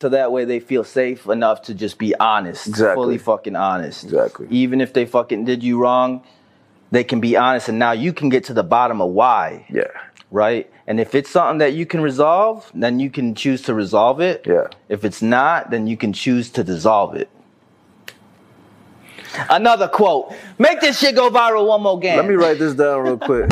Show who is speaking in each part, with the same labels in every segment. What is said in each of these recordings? Speaker 1: so that way they feel safe enough to just be honest,
Speaker 2: Exactly.
Speaker 1: fully fucking honest.
Speaker 2: Exactly.
Speaker 1: Even if they fucking did you wrong, they can be honest, and now you can get to the bottom of why,
Speaker 2: Yeah.
Speaker 1: right? And if it's something that you can resolve, then you can choose to resolve it.
Speaker 2: Yeah.
Speaker 1: If it's not, then you can choose to dissolve it. Another quote. Make this shit go viral one more game.
Speaker 2: Let me write this down real quick.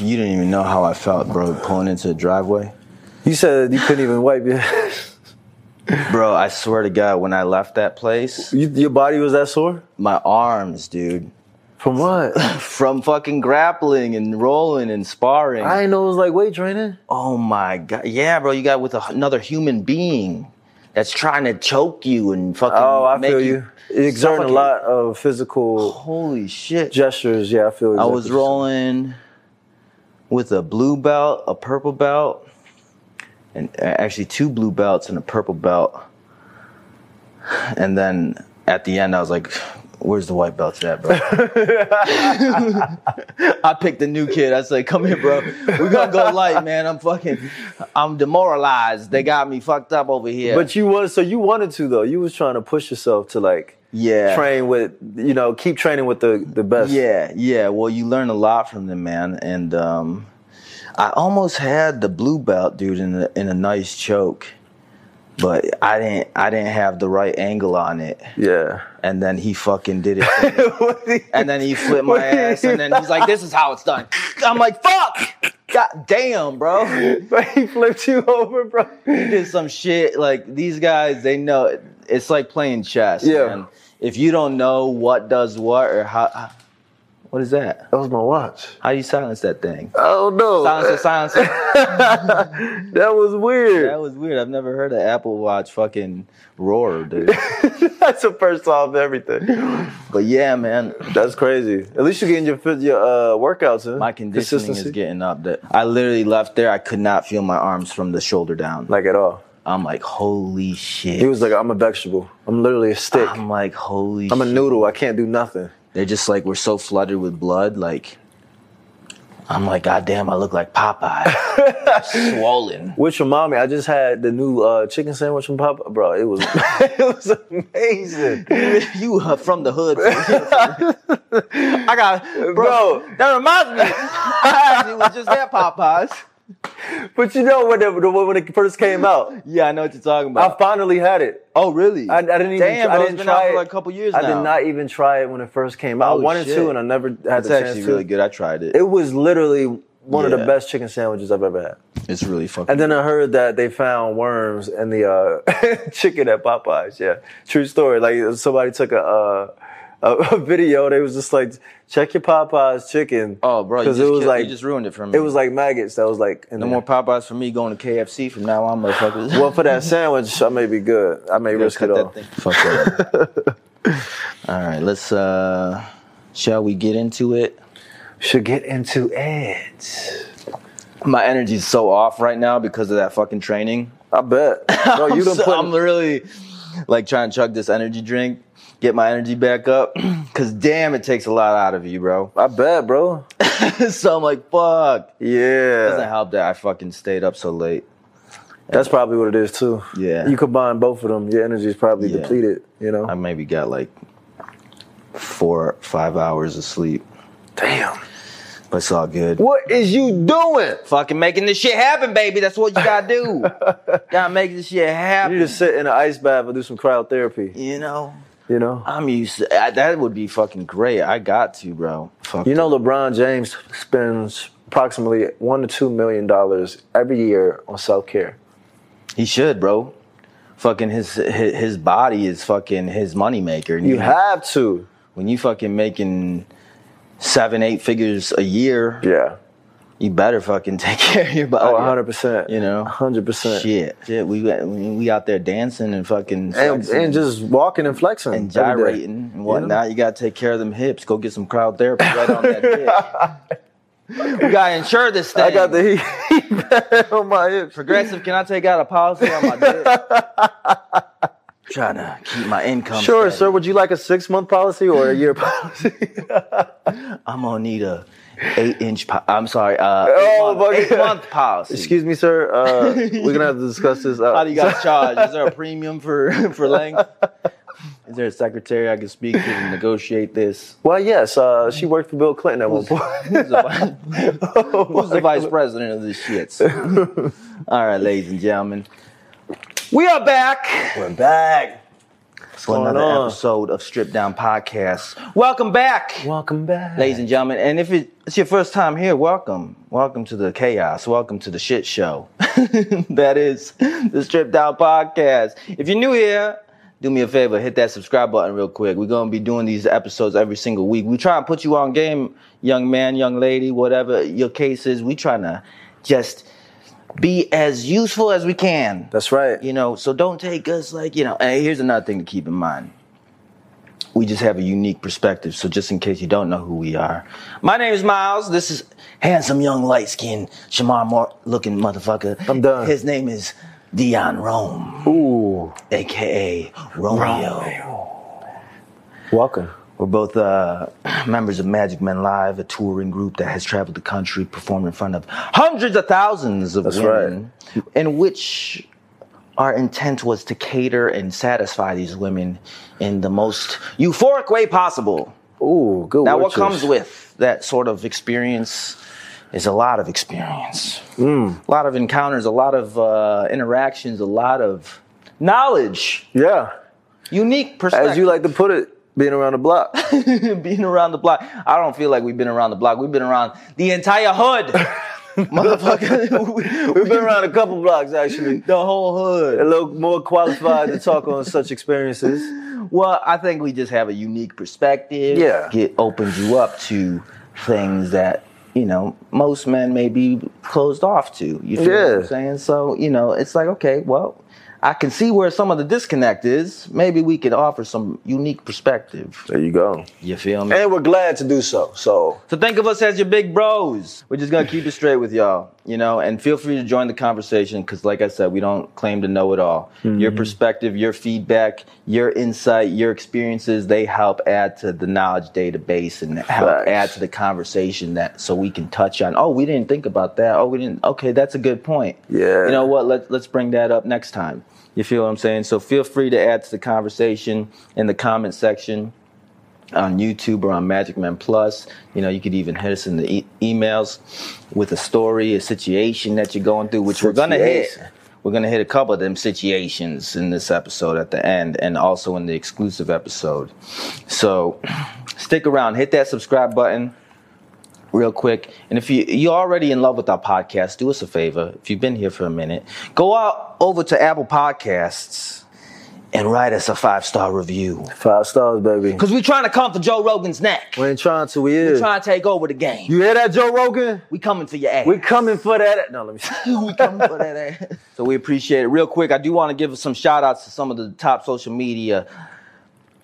Speaker 1: You didn't even know how I felt, bro, pulling into the driveway.
Speaker 2: You said you couldn't even wipe your
Speaker 1: Bro, I swear to God, when I left that place,
Speaker 2: you, your body was that sore?
Speaker 1: my arms, dude,
Speaker 2: From what?
Speaker 1: from fucking grappling and rolling and sparring.
Speaker 2: I didn't know it was like weight training.
Speaker 1: oh my God. Yeah, bro, you got with a, another human being that's trying to choke you and fucking.
Speaker 2: Oh, I
Speaker 1: make
Speaker 2: feel you. Exerting a
Speaker 1: suffocate.
Speaker 2: lot of physical
Speaker 1: Holy shit.
Speaker 2: gestures. Yeah, I feel.
Speaker 1: I
Speaker 2: Exactly
Speaker 1: was rolling with a blue belt, a purple belt, and uh, actually two blue belts and a purple belt. And then at the end, I was like, "Where's the white belts at, bro?" I picked a new kid. I said, "Come here, bro. We're gonna go light, man. I'm fucking, I'm demoralized. They got me fucked up over here."
Speaker 2: But you was so you wanted to though. You was trying to push yourself to like
Speaker 1: yeah,
Speaker 2: train with you know keep training with the the best.
Speaker 1: Yeah, yeah. Well, you learn a lot from them, man. And um, I almost had the blue belt, dude, in a, in a nice choke, but I didn't. I didn't have the right angle on it,
Speaker 2: Yeah.
Speaker 1: and then he fucking did it. to me. and then he flipped my
Speaker 2: What do you
Speaker 1: ass, and then he's like, "This is how it's done." I'm like, "Fuck, god damn, bro."
Speaker 2: but he flipped you over, bro.
Speaker 1: did some shit. Like these guys, they know it's like playing chess.
Speaker 2: Yeah.
Speaker 1: Man. If you don't know what does what or how, what is that?
Speaker 2: That was my watch.
Speaker 1: How do you silence that thing?
Speaker 2: Oh no.
Speaker 1: Silencer, silencer.
Speaker 2: That was weird.
Speaker 1: That was weird. I've never heard an Apple Watch fucking roar, dude.
Speaker 2: That's the first off everything.
Speaker 1: But yeah, man,
Speaker 2: That's crazy. At least you're getting your phys- your uh, workouts in.
Speaker 1: my conditioning is
Speaker 2: Consistency.
Speaker 1: getting up. That I literally left there. I could not feel my arms from the shoulder down.
Speaker 2: like at all.
Speaker 1: I'm like, holy shit.
Speaker 2: He was like, I'm a vegetable. I'm literally a stick.
Speaker 1: I'm like, holy.
Speaker 2: I'm a
Speaker 1: shit.
Speaker 2: noodle. I can't do nothing.
Speaker 1: They're just like, we're so flooded with blood. Like, I'm like, goddamn, I look like Popeye, swollen.
Speaker 2: With your mommy, I just had the new uh, chicken sandwich from Papa. Bro, it was it was amazing.
Speaker 1: you are from the hood. I got,
Speaker 2: Bro.
Speaker 1: That reminds me, I actually was just at Popeyes.
Speaker 2: But you know when it, when it first came out,
Speaker 1: Yeah, I know what you're talking
Speaker 2: I
Speaker 1: about.
Speaker 2: finally had it.
Speaker 1: oh, really?
Speaker 2: I, I didn't even.
Speaker 1: Damn,
Speaker 2: I
Speaker 1: bro,
Speaker 2: didn't
Speaker 1: it's been
Speaker 2: try
Speaker 1: out
Speaker 2: it.
Speaker 1: for like a couple years
Speaker 2: I
Speaker 1: now.
Speaker 2: did not even try it when it first came out.
Speaker 1: Oh,
Speaker 2: I wanted
Speaker 1: shit.
Speaker 2: to, and I never had
Speaker 1: It's
Speaker 2: the chance
Speaker 1: actually
Speaker 2: to.
Speaker 1: really good. I tried it.
Speaker 2: It was literally one of the
Speaker 1: Yeah.
Speaker 2: best chicken sandwiches I've ever had.
Speaker 1: It's really fucking.
Speaker 2: And then I heard that they found worms in the uh, chicken at Popeyes. Yeah, true story. Like somebody took a, uh, a a video. They was just like, check your Popeyes chicken.
Speaker 1: oh, bro, you
Speaker 2: because
Speaker 1: just,
Speaker 2: it was
Speaker 1: killed-
Speaker 2: like
Speaker 1: you just ruined it for me.
Speaker 2: it was like maggots. That was like in
Speaker 1: no
Speaker 2: there.
Speaker 1: more Popeyes for me. Going to KFC from now on, motherfuckers.
Speaker 2: Well, for that sandwich, I may be good. I may risk it
Speaker 1: cut that
Speaker 2: all.
Speaker 1: thing. Fuck that. up. All right, let's. uh Shall we get into it?
Speaker 2: Should get into it.
Speaker 1: My energy's so off right now because of that fucking training.
Speaker 2: I bet. No, you done
Speaker 1: So
Speaker 2: put.
Speaker 1: I'm really like trying to chug this energy drink, get my energy back up, because damn, it takes a lot out of you, bro.
Speaker 2: I bet, bro.
Speaker 1: so I'm like, fuck. Doesn't
Speaker 2: Yeah,
Speaker 1: help that I fucking stayed up so late.
Speaker 2: that's probably what it is too.
Speaker 1: Yeah.
Speaker 2: you combine both of them, your energy is probably
Speaker 1: Yeah.
Speaker 2: depleted. You know.
Speaker 1: I maybe got like four, five hours of sleep,
Speaker 2: Damn.
Speaker 1: but it's all good.
Speaker 2: What is you doing?
Speaker 1: Fucking making this shit happen, baby. That's what you gotta do. gotta make this shit happen.
Speaker 2: You just sit in an ice bath and do some cryotherapy.
Speaker 1: You know,
Speaker 2: You know.
Speaker 1: I'm used to I, that. Would be fucking great. I got to, bro. Fuck.
Speaker 2: You know, LeBron James spends approximately one to two million dollars every year on self care.
Speaker 1: he should, bro. Fucking his his, his body is fucking his moneymaker.
Speaker 2: You have to.
Speaker 1: when you fucking making seven, eight figures a year,
Speaker 2: Yeah.
Speaker 1: you better fucking take care of your body.
Speaker 2: Oh, 100 percent.
Speaker 1: You know,
Speaker 2: hundred percent.
Speaker 1: Shit, shit. We we we out there dancing and fucking
Speaker 2: and,
Speaker 1: flexing
Speaker 2: and just walking and flexing
Speaker 1: and
Speaker 2: every day.
Speaker 1: gyrating and whatnot. You gotta take care of them hips. Go get some crowd therapy right on that dick. we gotta insure this thing.
Speaker 2: I got the heat on my hips.
Speaker 1: progressive. Can I take out a policy on my dick? trying to keep my income.
Speaker 2: Sure,
Speaker 1: steady.
Speaker 2: sir. Would you like a six month policy or a year policy?
Speaker 1: I'm gonna need a eight inch. Po- I'm sorry. Uh,
Speaker 2: Oh,
Speaker 1: eight month,
Speaker 2: fuck.
Speaker 1: eight month policy.
Speaker 2: Excuse me, sir. Uh, we're gonna have to discuss this. Uh,
Speaker 1: How do you guys charge? Is there a premium for for length? Is there a secretary I can speak to to negotiate this?
Speaker 2: well, yes. Uh, she worked for Bill Clinton at one point.
Speaker 1: Who's the, vi- who's the vice president of this shit? All right, ladies and gentlemen,
Speaker 2: we are back.
Speaker 1: we're back for
Speaker 2: going
Speaker 1: another
Speaker 2: on?
Speaker 1: episode of Strip Down Podcast. Welcome back.
Speaker 2: Welcome back,
Speaker 1: ladies and gentlemen. And if it- it's your first time here, welcome. Welcome to the chaos. Welcome to the shit show. that is the Stripped Out Podcast. If you're new here, do me a favor, hit that subscribe button real quick. We're gonna be doing these episodes every single week. We try and put you on game, young man, young lady, whatever your case is. We trying to just be as useful as we can.
Speaker 2: That's right.
Speaker 1: You know, so don't take us like, you know, and here's another thing to keep in mind. We just have a unique perspective. So just in case you don't know who we are, my name is Miles. This is handsome young light skinned Shamar Moore looking motherfucker.
Speaker 2: I'm done.
Speaker 1: His name is Dion Rome,
Speaker 2: Ooh,
Speaker 1: aka Romeo.
Speaker 2: welcome.
Speaker 1: We're both uh, members of Magic Men Live, a touring group that has traveled the country, performed in front of hundreds of thousands of
Speaker 2: That's
Speaker 1: women, in which our intent was to cater and satisfy these women in the most euphoric way possible.
Speaker 2: Ooh, good.
Speaker 1: Now,
Speaker 2: word
Speaker 1: what
Speaker 2: choice.
Speaker 1: comes with that sort of experience is a lot of experience,
Speaker 2: Hmm.
Speaker 1: a lot of encounters, a lot of uh, interactions, a lot of knowledge,
Speaker 2: Yeah,
Speaker 1: unique perspective.
Speaker 2: as you like to put it, being around the block.
Speaker 1: being around the block. I don't feel like we've been around the block. We've been around the entire hood, motherfucker. We-
Speaker 2: We've been around a couple blocks actually.
Speaker 1: the whole
Speaker 2: A
Speaker 1: hood.
Speaker 2: little more qualified to talk on such experiences.
Speaker 1: Well, I think we just have a unique perspective.
Speaker 2: Yeah.
Speaker 1: it opens you up to things that you know most men may be closed off to. You feel what I'm
Speaker 2: Yeah.
Speaker 1: saying? So you know, it's like okay, well. I can see where some of the disconnect is. Maybe we could offer some unique perspective.
Speaker 2: There you go.
Speaker 1: You feel me?
Speaker 2: And we're glad to do so. So
Speaker 1: So think of us as your big bros. We're just gonna keep it straight with y'all, you know, and feel free to join the conversation because, like I said, we don't claim to know it all.
Speaker 2: Mm-hmm.
Speaker 1: Your perspective, your feedback, your insight, your experiences, they help add to the knowledge database and help
Speaker 2: Facts.
Speaker 1: add to the conversation that so we can touch on, oh, we didn't think about that. Oh, we didn't okay, that's a good point.
Speaker 2: Yeah.
Speaker 1: You know what? Let's let's bring that up next time. You feel what I'm saying? So feel free to add to the conversation in the comment section on YouTube or on Magic Man Plus. You know, you could even hit us in the e- emails with a story, a situation that you're going through, which we're gonna hit.
Speaker 2: Situation.
Speaker 1: We're gonna hit a couple of them situations in this episode at the end, and also in the exclusive episode. So stick around, hit that subscribe button real quick. And if you you're already in love with our podcast, do us a favor. If you've been here for a minute, go out over to Apple Podcasts and write us a five star review.
Speaker 2: five stars, baby.
Speaker 1: Cause we're trying to come for Joe Rogan's neck.
Speaker 2: We ain't trying to, we
Speaker 1: We're
Speaker 2: is.
Speaker 1: trying to take over the game.
Speaker 2: You hear that, Joe Rogan?
Speaker 1: we coming for your ass.
Speaker 2: We coming for that. No, let me.
Speaker 1: we coming for that ass. So we appreciate it. Real quick, I do want to give some shout outs to some of the top social media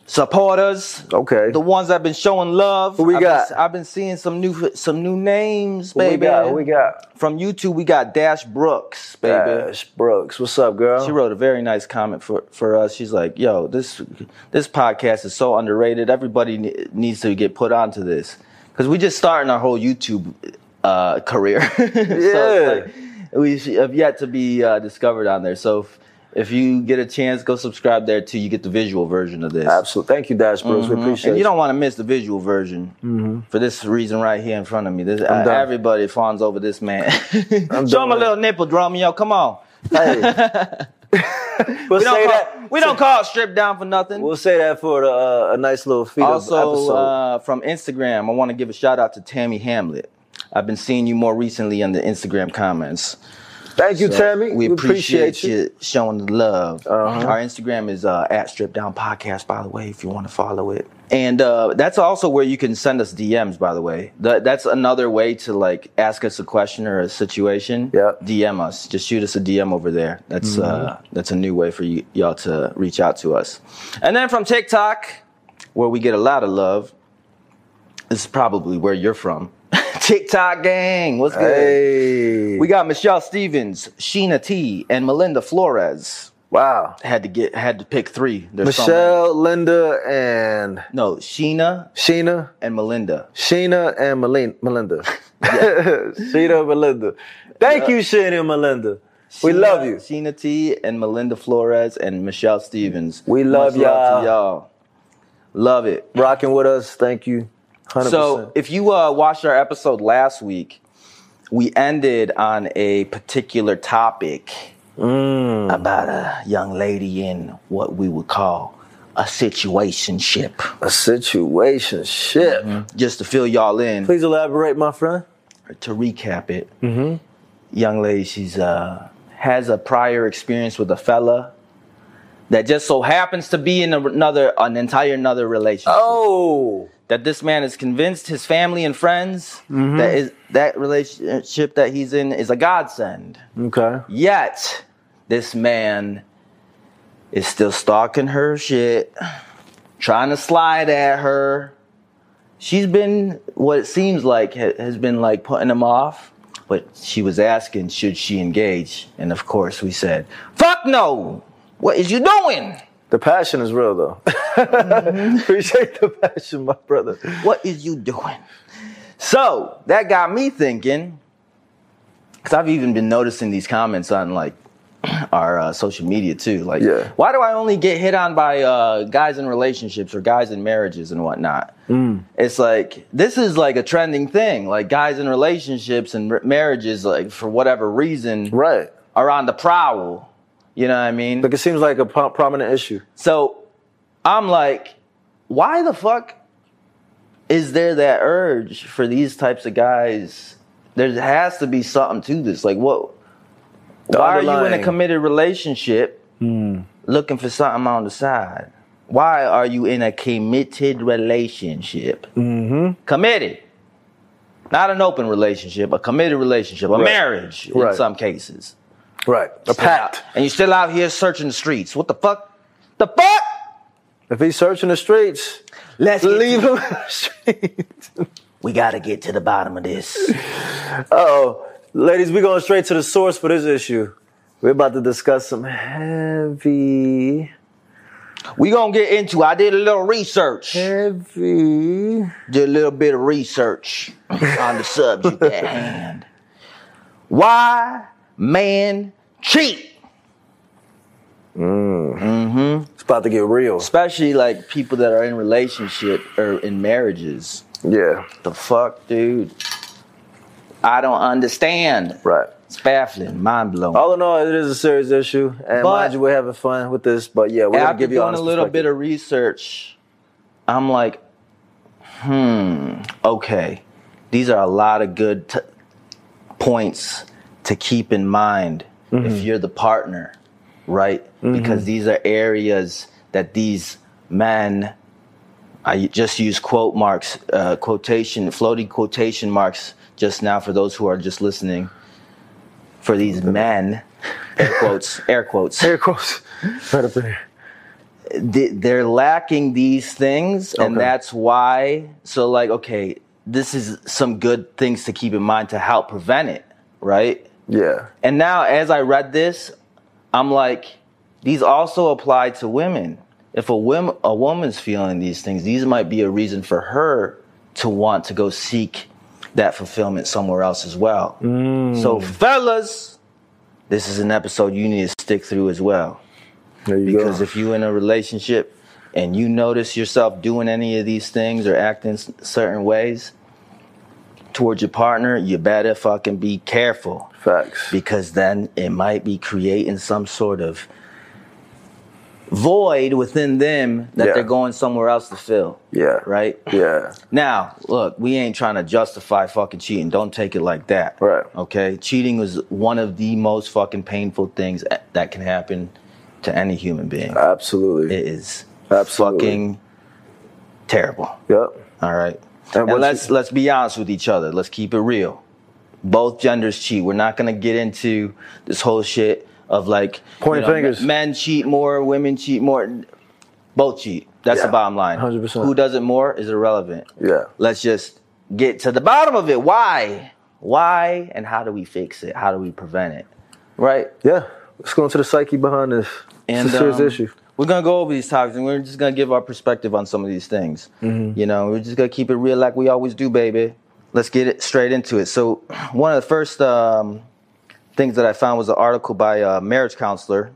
Speaker 1: supporters.
Speaker 2: Okay.
Speaker 1: The ones that have been showing love.
Speaker 2: Who we
Speaker 1: I've
Speaker 2: got?
Speaker 1: Been, I've been seeing some new some new names,
Speaker 2: Who
Speaker 1: baby.
Speaker 2: we got? Who we got?
Speaker 1: From YouTube, we got Dash Brooks, baby.
Speaker 2: Dash Brooks. What's up, girl?
Speaker 1: She wrote a very nice comment for, for us. She's like, "Yo, this this podcast is so underrated. Everybody ne- needs to get put onto this because we just starting our whole YouTube uh, career. so it's like, we sh- have yet to be uh, discovered on there. So if, if you get a chance, go subscribe there too. You get the visual version of this.
Speaker 2: Absolutely. Thank you, Dash Brooks. We appreciate
Speaker 1: And
Speaker 2: it.
Speaker 1: you don't want to miss the visual version for this reason right here in front of me. This, uh,
Speaker 2: Mm-hmm. done.
Speaker 1: everybody fawns over this man. Show
Speaker 2: done
Speaker 1: him a
Speaker 2: with
Speaker 1: little nipple, Dromio. Come on.
Speaker 2: Hey. we'll
Speaker 1: We don't,
Speaker 2: say
Speaker 1: call,
Speaker 2: that.
Speaker 1: we don't call it strip down for nothing.
Speaker 2: We'll say that for the, uh, a nice little feed
Speaker 1: also,
Speaker 2: episode.
Speaker 1: uh, from Instagram, I want to give a shout out to Tammy Hamlet. I've been seeing you more recently on the Instagram comments.
Speaker 2: Thank you,
Speaker 1: So
Speaker 2: Tammy.
Speaker 1: We appreciate,
Speaker 2: you. Uh-huh.
Speaker 1: you showing the love. Our Instagram is uh, at Strip Down Podcast, by the way, if you want to follow it. And uh, that's also where you can send us DMs, by the way. That, that's another way to like ask us a question or a situation.
Speaker 2: Yep. Mm-hmm.
Speaker 1: DM us. Just shoot us a DM over there. That's uh, that's a new way for you, y'all to reach out to us. And then from TikTok, where we get a lot of love, this is probably where you're from. TikTok gang, what's good?
Speaker 2: Hey.
Speaker 1: We got Michelle Stevens, Sheena T, and Melinda Flores.
Speaker 2: Wow.
Speaker 1: Had to get had to pick three. There's so many.
Speaker 2: Michelle, Linda, and
Speaker 1: No, Sheena
Speaker 2: Sheena.
Speaker 1: and Melinda.
Speaker 2: Sheena and Melin- Melinda. Sheena and Melinda. Thank you, Sheena and Melinda. we
Speaker 1: Sheena-
Speaker 2: love you.
Speaker 1: Sheena T and Melinda Flores and Michelle Stevens.
Speaker 2: We love
Speaker 1: Much love to
Speaker 2: y'all.
Speaker 1: y'all. Love it.
Speaker 2: Rocking with us. Thank you. 100%.
Speaker 1: So if you uh, watched our episode last week, we ended on a particular topic
Speaker 2: Mm.
Speaker 1: about a young lady in what we would call a situationship.
Speaker 2: a situation ship.
Speaker 1: Just to fill y'all in,
Speaker 2: Please elaborate, my friend.
Speaker 1: to recap it, young lady, she's uh, has a prior experience with a fella that just so happens to be in another, an entire another relationship.
Speaker 2: Oh.
Speaker 1: that this man is convinced his family and friends that is that relationship that he's in is a godsend.
Speaker 2: Okay.
Speaker 1: Yet this man is still stalking her shit, trying to slide at her. She's been what it seems like ha- has been like putting him off, but she was asking should she engage, and of course we said, "Fuck no! What is you doing?
Speaker 2: The passion is real, though.
Speaker 1: Mm-hmm.
Speaker 2: Appreciate the passion, my brother.
Speaker 1: What is you doing?" So that got me thinking. because I've even been noticing these comments on like our uh, social media too. Like,
Speaker 2: Yeah.
Speaker 1: why do I only get hit on by uh, guys in relationships or guys in marriages and whatnot?
Speaker 2: Mm.
Speaker 1: It's like this is like a trending thing. Like guys in relationships and r- marriages, like for whatever reason,
Speaker 2: Right.
Speaker 1: are on the prowl. You know what I mean?
Speaker 2: Like, it seems like a pro- prominent issue.
Speaker 1: So I'm like, why the fuck is there that urge for these types of guys? There has to be something to this. Like, what? Why are you in a
Speaker 2: underlying-
Speaker 1: committed relationship Hmm. looking for something on the side? Why are you in a committed relationship? Mm-hmm. Committed. Not an open relationship, a committed relationship, a marriage in
Speaker 2: Right.
Speaker 1: some cases.
Speaker 2: Right. A pact.
Speaker 1: And you're still out here searching the streets. What the fuck? The fuck?
Speaker 2: If he's searching the streets,
Speaker 1: Let's get
Speaker 2: leave him in the street.
Speaker 1: We gotta get to the bottom of this.
Speaker 2: Uh-oh. Ladies, we're going straight to the source for this issue. We're about to discuss some heavy,
Speaker 1: we gonna get into. I did a little research. Did
Speaker 2: heavy.
Speaker 1: a little bit of research on the subject at hand. Why man cheat?
Speaker 2: It's about to get real.
Speaker 1: Especially like people that are in relationship or in marriages.
Speaker 2: Yeah.
Speaker 1: The fuck, dude. I don't understand.
Speaker 2: Right.
Speaker 1: It's baffling, mind blowing.
Speaker 2: All in all, it is a serious issue,
Speaker 1: But-
Speaker 2: and mind you, we're having fun with this. But yeah, we're gonna
Speaker 1: after
Speaker 2: give you
Speaker 1: doing a
Speaker 2: honest
Speaker 1: little bit
Speaker 2: perspective.
Speaker 1: of research, I'm like, hmm, okay, these are a lot of good t- points to keep in mind
Speaker 2: Mm-hmm.
Speaker 1: if you're the partner, right? Because these are areas that these men. I just use quote marks, uh, quotation, floating quotation marks just now for those who are just listening. For these men, air quotes, air quotes
Speaker 2: Air quotes, right up in here.
Speaker 1: th- they're lacking these things and
Speaker 2: Okay.
Speaker 1: that's why so like okay this is some good things to keep in mind to help prevent it right
Speaker 2: Yeah,
Speaker 1: and now as i read this i'm like these also apply to women if a woman a woman's feeling these things these might be a reason for her to want to go seek that fulfillment somewhere else as well so fellas this is an episode you need to stick through as well
Speaker 2: there you
Speaker 1: because
Speaker 2: go.
Speaker 1: if you're in a relationship and you notice yourself doing any of these things or acting s- certain ways towards your partner, you better fucking be careful
Speaker 2: Facts.
Speaker 1: because then it might be creating some sort of void within them that
Speaker 2: Yeah.
Speaker 1: they're going somewhere else to fill.
Speaker 2: yeah.
Speaker 1: Right?
Speaker 2: Yeah.
Speaker 1: Now, look, we ain't trying to justify fucking cheating. Don't take it like that.
Speaker 2: Right.
Speaker 1: Okay? Cheating is one of the most fucking painful things a- that can happen to any human being.
Speaker 2: Absolutely.
Speaker 1: It is
Speaker 2: Absolutely.
Speaker 1: fucking terrible.
Speaker 2: Yep.
Speaker 1: All right.
Speaker 2: And
Speaker 1: And,
Speaker 2: once
Speaker 1: let's
Speaker 2: you-
Speaker 1: let's be honest with each other. Let's keep it real. Both genders cheat. We're not gonna get into this whole shit of like
Speaker 2: Pointing
Speaker 1: me-
Speaker 2: fingers.
Speaker 1: Men cheat more, women cheat more. Both cheat. That's the
Speaker 2: Yeah.
Speaker 1: bottom line.
Speaker 2: 100%.
Speaker 1: Who does it more is irrelevant.
Speaker 2: Yeah.
Speaker 1: Let's just get to the bottom of it. Why? Why? And how do we fix it? How do we prevent it? Right?
Speaker 2: Yeah. Let's go into the psyche behind this.
Speaker 1: And
Speaker 2: it's a serious
Speaker 1: um,
Speaker 2: issue.
Speaker 1: we're gonna go over these topics, and we're just gonna give our perspective on some of these things.
Speaker 2: Mm-hmm.
Speaker 1: You know, we're just gonna keep it real like we always do, baby. Let's get it straight into it. So, one of the first um, things that I found was an article by a marriage counselor,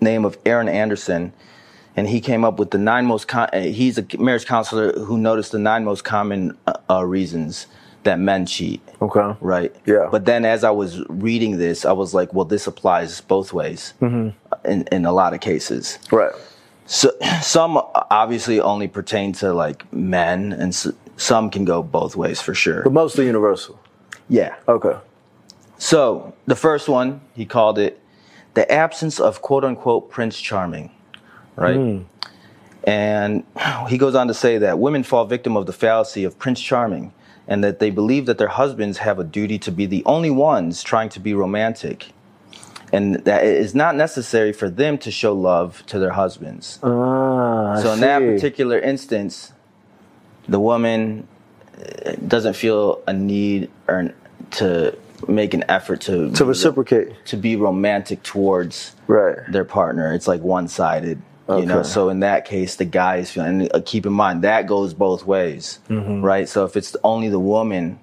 Speaker 1: name of Aaron Anderson, and he came up with the nine most. Con- uh, he's a marriage counselor who noticed the nine most common uh, uh, reasons that men cheat.
Speaker 2: Okay.
Speaker 1: Right.
Speaker 2: Yeah.
Speaker 1: But then as I was reading this, I was like, well, this applies both ways in, in a lot of cases.
Speaker 2: Right.
Speaker 1: So some obviously only pertain to like men, and s some can go both ways for sure.
Speaker 2: But mostly universal.
Speaker 1: Yeah.
Speaker 2: Okay.
Speaker 1: So the first one, he called it the absence of quote unquote Prince Charming, right? And he goes on to say that women fall victim of the fallacy of Prince Charming and that they believe that their husbands have a duty to be the only ones trying to be romantic and that it is not necessary for them to show love to their husbands.
Speaker 2: Ah, I
Speaker 1: So in that
Speaker 2: see.
Speaker 1: particular instance, the woman uh, doesn't feel a need or an- to make an effort to
Speaker 2: to reciprocate.
Speaker 1: to be romantic towards
Speaker 2: Right.
Speaker 1: their partner. It's like one sided. You know,
Speaker 2: Okay.
Speaker 1: so in that case, the guy is feeling. And uh, keep in mind that goes both ways,
Speaker 2: Mm-hmm.
Speaker 1: right? So if it's only the woman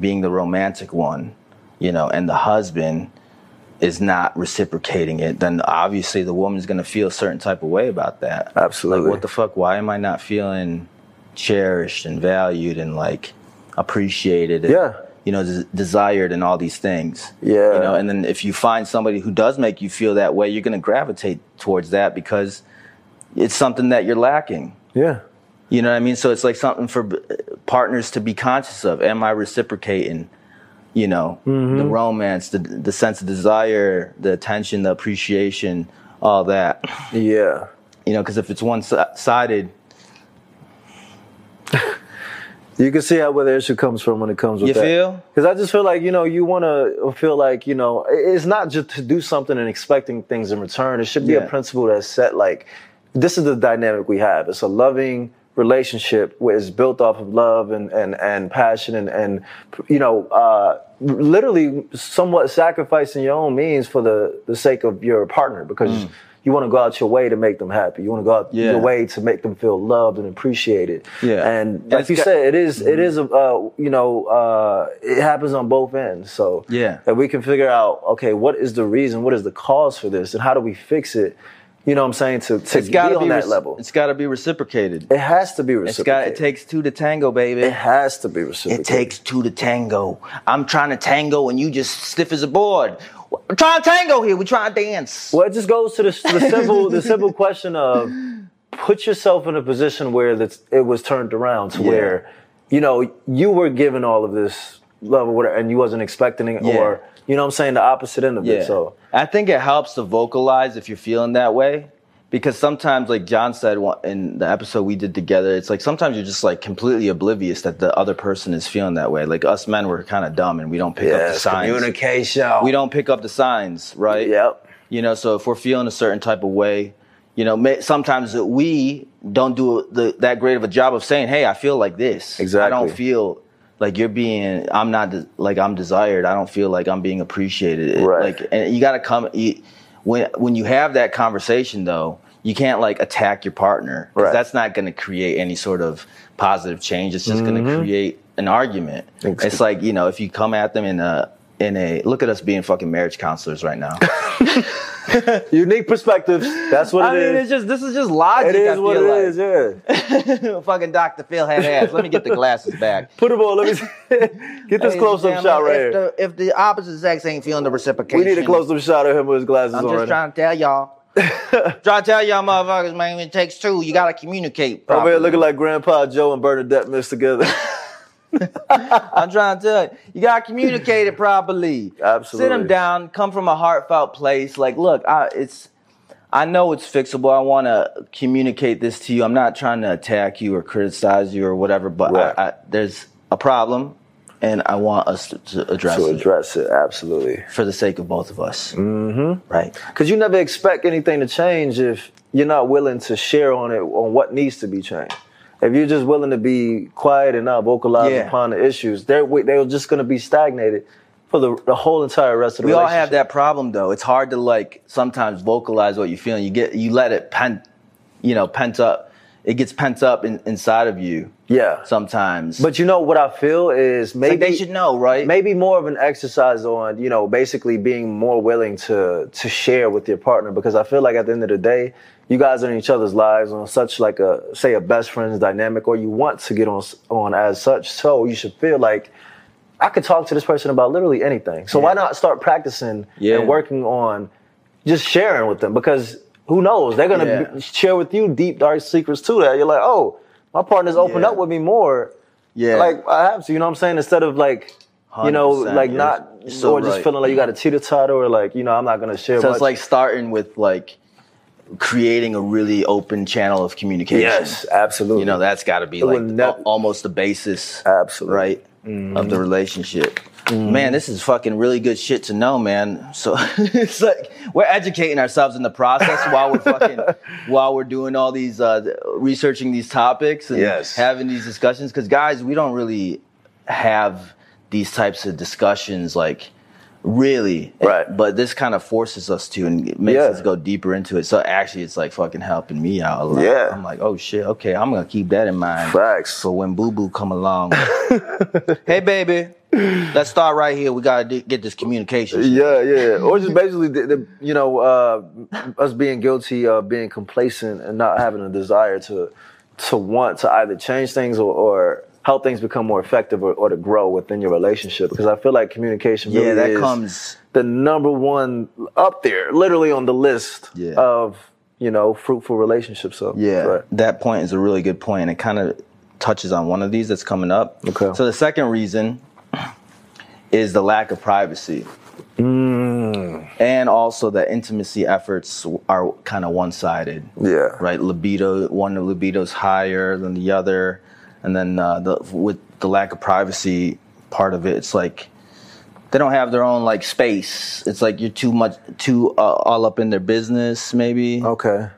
Speaker 1: being the romantic one, you know, and the husband is not reciprocating it, then obviously the woman's going to feel a certain type of way about that.
Speaker 2: Absolutely.
Speaker 1: Like, what the fuck? Why am I not feeling cherished and valued and like appreciated? And,
Speaker 2: Yeah.
Speaker 1: You know, des- desired and all these things.
Speaker 2: Yeah.
Speaker 1: You know, and then if you find somebody who does make you feel that way, you're going to gravitate towards that because it's something that you're lacking.
Speaker 2: Yeah.
Speaker 1: You know what I mean? So it's like something for b- partners to be conscious of. Am I reciprocating? You know,
Speaker 2: Mm-hmm.
Speaker 1: the romance, the the sense of desire, the attention, the appreciation, all that.
Speaker 2: Yeah.
Speaker 1: You know, because if it's one si- sided,
Speaker 2: You can see how where the issue comes from when it comes with
Speaker 1: You
Speaker 2: that.
Speaker 1: feel?
Speaker 2: Because I just feel like you know you want to feel like you know i- it's not just to do something and expecting things in return. It should be a
Speaker 1: Yeah.
Speaker 2: principle that's set like this is the dynamic we have. It's a loving relationship where it's built off of love and and and passion and and you know uh, literally somewhat sacrificing your own means for the the sake of your partner because. You want to go out your way to make them happy. You want to go out
Speaker 1: Mm. Yeah.
Speaker 2: your way to make them feel loved and appreciated.
Speaker 1: Yeah.
Speaker 2: And
Speaker 1: And
Speaker 2: like
Speaker 1: it's
Speaker 2: you
Speaker 1: got-
Speaker 2: said, it is-
Speaker 1: Mm-hmm.
Speaker 2: it is uh you know uh it happens on both ends. So
Speaker 1: Yeah.
Speaker 2: if we can figure out okay, what is the reason, what is the cause for this, and how do we fix it? You know what I'm saying? To to
Speaker 1: it's got
Speaker 2: be
Speaker 1: to
Speaker 2: on
Speaker 1: be
Speaker 2: that
Speaker 1: rec-
Speaker 2: level.
Speaker 1: It's got to be reciprocated.
Speaker 2: It has to be
Speaker 1: It's got.
Speaker 2: reciprocated.
Speaker 1: It takes two to tango, baby.
Speaker 2: It has to be reciprocated.
Speaker 1: It takes two to tango. I'm trying to tango and you just stiff as a board. I'm trying to tango here. We're trying to dance.
Speaker 2: Well, it just goes to the, the simple the simple question of put yourself in a position where that's, it was turned around to
Speaker 1: Yeah.
Speaker 2: where you know you were given all of this love or whatever, and you wasn't expecting it,
Speaker 1: Yeah.
Speaker 2: or you know what I'm saying the opposite end of it. So
Speaker 1: I think it helps to vocalize if you're feeling that way. Because sometimes, like John said one- in the episode we did together, it's like sometimes you're just like completely oblivious that the other person is feeling that way. Like us men, we're kind of dumb and we don't pick up the signs.
Speaker 2: communication.
Speaker 1: we don't pick up the signs, right?
Speaker 2: Yep.
Speaker 1: You know, so if we're feeling a certain type of way, you know, may, sometimes that we don't do the, that great of a job of saying, "Hey, I feel like this." I
Speaker 2: Exactly.
Speaker 1: don't feel like you're being. I'm not de- like I'm desired. I don't feel like I'm being appreciated. It-
Speaker 2: Right.
Speaker 1: Like, and you got to come you, when when you have that conversation though. You can't like attack your partner 'cause
Speaker 2: Right.
Speaker 1: that's not going to create any sort of positive change. It's just going
Speaker 2: Mm-hmm.
Speaker 1: to create an argument.
Speaker 2: Exactly.
Speaker 1: It's like you know if you come at them in a in a look at us being fucking marriage counselors right now.
Speaker 2: Unique perspectives. That's what
Speaker 1: I
Speaker 2: it is.
Speaker 1: mean, it's just this is just logic.
Speaker 2: It
Speaker 1: I
Speaker 2: is
Speaker 1: feel
Speaker 2: what it
Speaker 1: like.
Speaker 2: is. Yeah.
Speaker 1: Fucking Dr. Phil had ass. Let me get the glasses back.
Speaker 2: Put them on. Let me get this close up shot right
Speaker 1: if
Speaker 2: here.
Speaker 1: The, if the opposite sex ain't feeling the reciprocation,
Speaker 2: We need a close up shot of him with his glasses
Speaker 1: I'm
Speaker 2: on.
Speaker 1: just
Speaker 2: right now.
Speaker 1: trying to tell y'all. trying to tell y'all motherfuckers, man, it takes two. You gotta communicate.
Speaker 2: Over
Speaker 1: properly.
Speaker 2: here looking like Grandpa Joe and Bernadette mixed together.
Speaker 1: I'm trying to tell you, you gotta communicate it properly.
Speaker 2: Absolutely.
Speaker 1: Sit them down. Come from a heartfelt place. Like, look, I, it's, I know it's fixable. I want to communicate this to you. I'm not trying to attack you or criticize you or whatever. But
Speaker 2: Right.
Speaker 1: I, I, there's a problem, and I want us to, to address
Speaker 2: to
Speaker 1: it
Speaker 2: address it, absolutely.
Speaker 1: for the sake of both of us. Mm-hmm. Right.
Speaker 2: Because you never expect anything to change if you're not willing to share on it on what needs to be changed. If you're just willing to be quiet and not vocalize
Speaker 1: Yeah.
Speaker 2: upon the issues, they're wi- they're just going to be stagnated for the, the whole entire rest of the
Speaker 1: We all
Speaker 2: relationship.
Speaker 1: have that problem though. It's hard to like sometimes vocalize what you feel. You get you let it pent, you know, pent up. It gets pent up in, inside of you
Speaker 2: Yeah.
Speaker 1: sometimes.
Speaker 2: But you know what I feel is maybe
Speaker 1: like they should know, right?
Speaker 2: maybe more of an exercise on you know basically being more willing to to share with your partner because I feel like at the end of the day you guys are in each other's lives on such like a say a best friends dynamic or you want to get on s- on as such so you should feel like I could talk to this person about literally anything so why
Speaker 1: Yeah.
Speaker 2: not start practicing
Speaker 1: Yeah.
Speaker 2: and working on just sharing with them because who knows they're gonna
Speaker 1: Yeah.
Speaker 2: b- share with you deep dark secrets too that you're like oh my partner's opened
Speaker 1: Yeah.
Speaker 2: up with me more
Speaker 1: yeah.
Speaker 2: like I have to, you know what I'm saying? Instead of like, you know,
Speaker 1: 100%,
Speaker 2: like
Speaker 1: you're
Speaker 2: not,
Speaker 1: so
Speaker 2: or just
Speaker 1: right.
Speaker 2: feeling like you got a teeter totter or like, you know, I'm not gonna share.
Speaker 1: so
Speaker 2: much.
Speaker 1: it's like starting with like creating a really open channel of communication.
Speaker 2: yes, absolutely.
Speaker 1: You know, that's got to be
Speaker 2: will
Speaker 1: like
Speaker 2: nev-
Speaker 1: al- almost the basis,
Speaker 2: Uh, Absolutely. Mm-hmm.
Speaker 1: right, of the relationship. Man, this is fucking really good shit to know, man. So it's like we're educating ourselves in the process while we're fucking while we're doing all these uh, researching these topics and
Speaker 2: Yes.
Speaker 1: having these discussions. Because guys, we don't really have these types of discussions like really Eh,
Speaker 2: Right.
Speaker 1: but this kind of forces us to and it makes
Speaker 2: Yeah.
Speaker 1: us go deeper into it so actually it's like fucking helping me out a lot
Speaker 2: Yeah.
Speaker 1: i'm like oh shit okay i'm gonna keep that in mind
Speaker 2: Facts.
Speaker 1: so when boo boo come along hey baby let's start right here we gotta do, get this communication shit.
Speaker 2: yeah, yeah, or just basically, the, the, you know, uh, us being guilty of being complacent and not having a desire to, to want to either change things or, or help things become more effective or, or to grow within your relationship. Because I feel like communication,
Speaker 1: yeah,
Speaker 2: really
Speaker 1: that
Speaker 2: is-
Speaker 1: comes
Speaker 2: the number one up there, literally on the list
Speaker 1: Yeah.
Speaker 2: of you know fruitful relationships. So
Speaker 1: Yeah,
Speaker 2: right.
Speaker 1: that point is a really good point, and it kind of touches on one of these that's coming up.
Speaker 2: Okay.
Speaker 1: So the second reason is the lack of privacy, and also that intimacy efforts are kind of one-sided.
Speaker 2: Yeah.
Speaker 1: Right. Libido. One of libido's higher than the other, and then uh, the with the lack of privacy part of it, it's like they don't have their own like space. It's like you're too much too uh, all up in their business, maybe.
Speaker 2: Okay.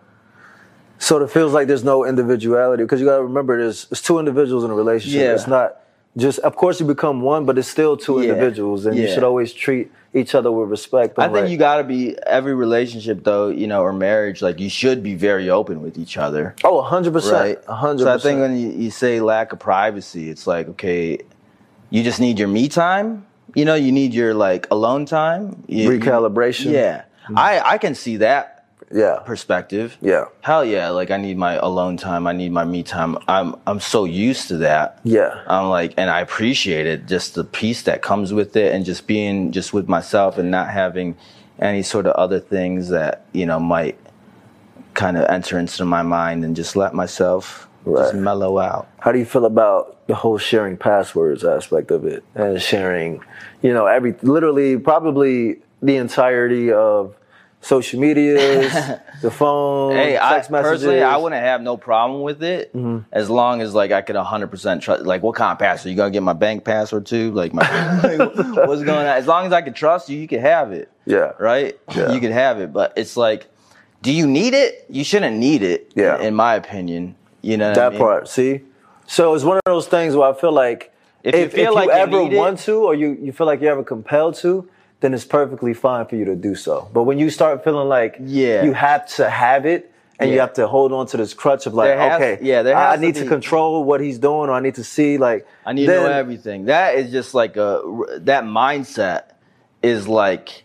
Speaker 2: So it feels like there's no individuality because you got to remember there's it's two individuals in a relationship.
Speaker 1: Yeah.
Speaker 2: It's not just of course you become one, but it's still two
Speaker 1: Yeah.
Speaker 2: individuals, and you
Speaker 1: Yeah.
Speaker 2: should always treat each other with respect.
Speaker 1: I think you got to be every relationship though, you know, or marriage. Like you should be very open with each other,
Speaker 2: Oh, hundred
Speaker 1: right?
Speaker 2: percent, hundred
Speaker 1: So I
Speaker 2: percent.
Speaker 1: think when you, you say lack of privacy, it's like okay, you just need your me time. You know, you need your like alone time. You- you-
Speaker 2: Recalibration.
Speaker 1: yeah, I I can see that
Speaker 2: yeah,
Speaker 1: perspective.
Speaker 2: yeah,
Speaker 1: Hell yeah! Like I need my alone time. I need my me time. I'm I'm so used to that.
Speaker 2: yeah.
Speaker 1: I'm like, and I appreciate it, just the peace that comes with it, and just being just with myself and not having any sort of other things that you know might kind of enter into my mind, and just let myself
Speaker 2: Right.
Speaker 1: just mellow out.
Speaker 2: how do you feel about the whole sharing passwords aspect of it and sharing you know every literally probably the entirety of social medias the phone
Speaker 1: Hey, I
Speaker 2: text messages Mm-hmm.
Speaker 1: personally, I wouldn't have no problem with it as long as like I could 100 percent trust. Like, what kind of password? You gonna get my bank password too? Like, my like, what's going on? As long as I could trust you, you can have it.
Speaker 2: yeah
Speaker 1: right?
Speaker 2: Yeah.
Speaker 1: You could have it, but it's like, do you need it? You shouldn't need it.
Speaker 2: Yeah.
Speaker 1: In my opinion, you know what I
Speaker 2: that
Speaker 1: mean?
Speaker 2: part see so it's one of those things where i feel like
Speaker 1: If you feel like you
Speaker 2: ever
Speaker 1: need it-
Speaker 2: want to or you, you feel like you're ever compelled to then it's perfectly fine for you to do so but when you start feeling like
Speaker 1: Yeah.
Speaker 2: you have to have it and you
Speaker 1: Yeah.
Speaker 2: have to hold on to this crutch of like
Speaker 1: There has-
Speaker 2: okay
Speaker 1: yeah, there
Speaker 2: I, I
Speaker 1: has to
Speaker 2: need to
Speaker 1: be-
Speaker 2: control what he's doing or i need to see like
Speaker 1: I need
Speaker 2: then,
Speaker 1: to know everything. That is just like a that mindset is like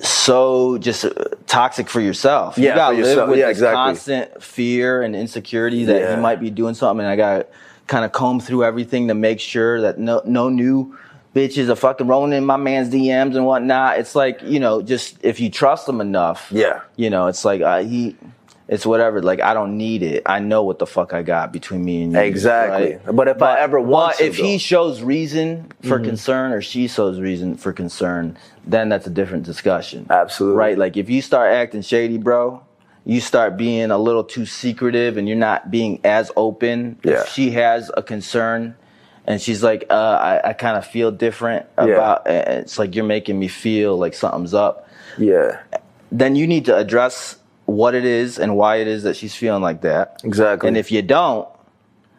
Speaker 1: so just uh, toxic for yourself.
Speaker 2: Yeah,
Speaker 1: you
Speaker 2: for
Speaker 1: gotta live
Speaker 2: yourself.
Speaker 1: with
Speaker 2: Yeah,
Speaker 1: this
Speaker 2: exactly.
Speaker 1: constant fear and insecurity that
Speaker 2: Yeah.
Speaker 1: you might be doing something, and I gotta kind of comb through everything to make sure that no no new bitches are fucking rolling in my man's DMs and whatnot. It's like you know, just if you trust them enough,
Speaker 2: Yeah.
Speaker 1: you know, it's like uh, he. It's whatever. Like I don't need it. I know what the fuck I got between me and you.
Speaker 2: Exactly.
Speaker 1: right?
Speaker 2: But if I ever want
Speaker 1: But
Speaker 2: to,
Speaker 1: if he
Speaker 2: though. Mm-hmm.
Speaker 1: shows reason for concern or she shows reason for concern, then that's a different discussion.
Speaker 2: Absolutely.
Speaker 1: Right? Like if you start acting shady, bro, you start being a little too secretive and you're not being as open.
Speaker 2: Yeah.
Speaker 1: If she has a concern and she's like, uh, I, I kind of feel different about it's like you're making me feel like something's up
Speaker 2: yeah
Speaker 1: then you need to address what it is and why it is that she's feeling like that.
Speaker 2: Exactly.
Speaker 1: And if you don't,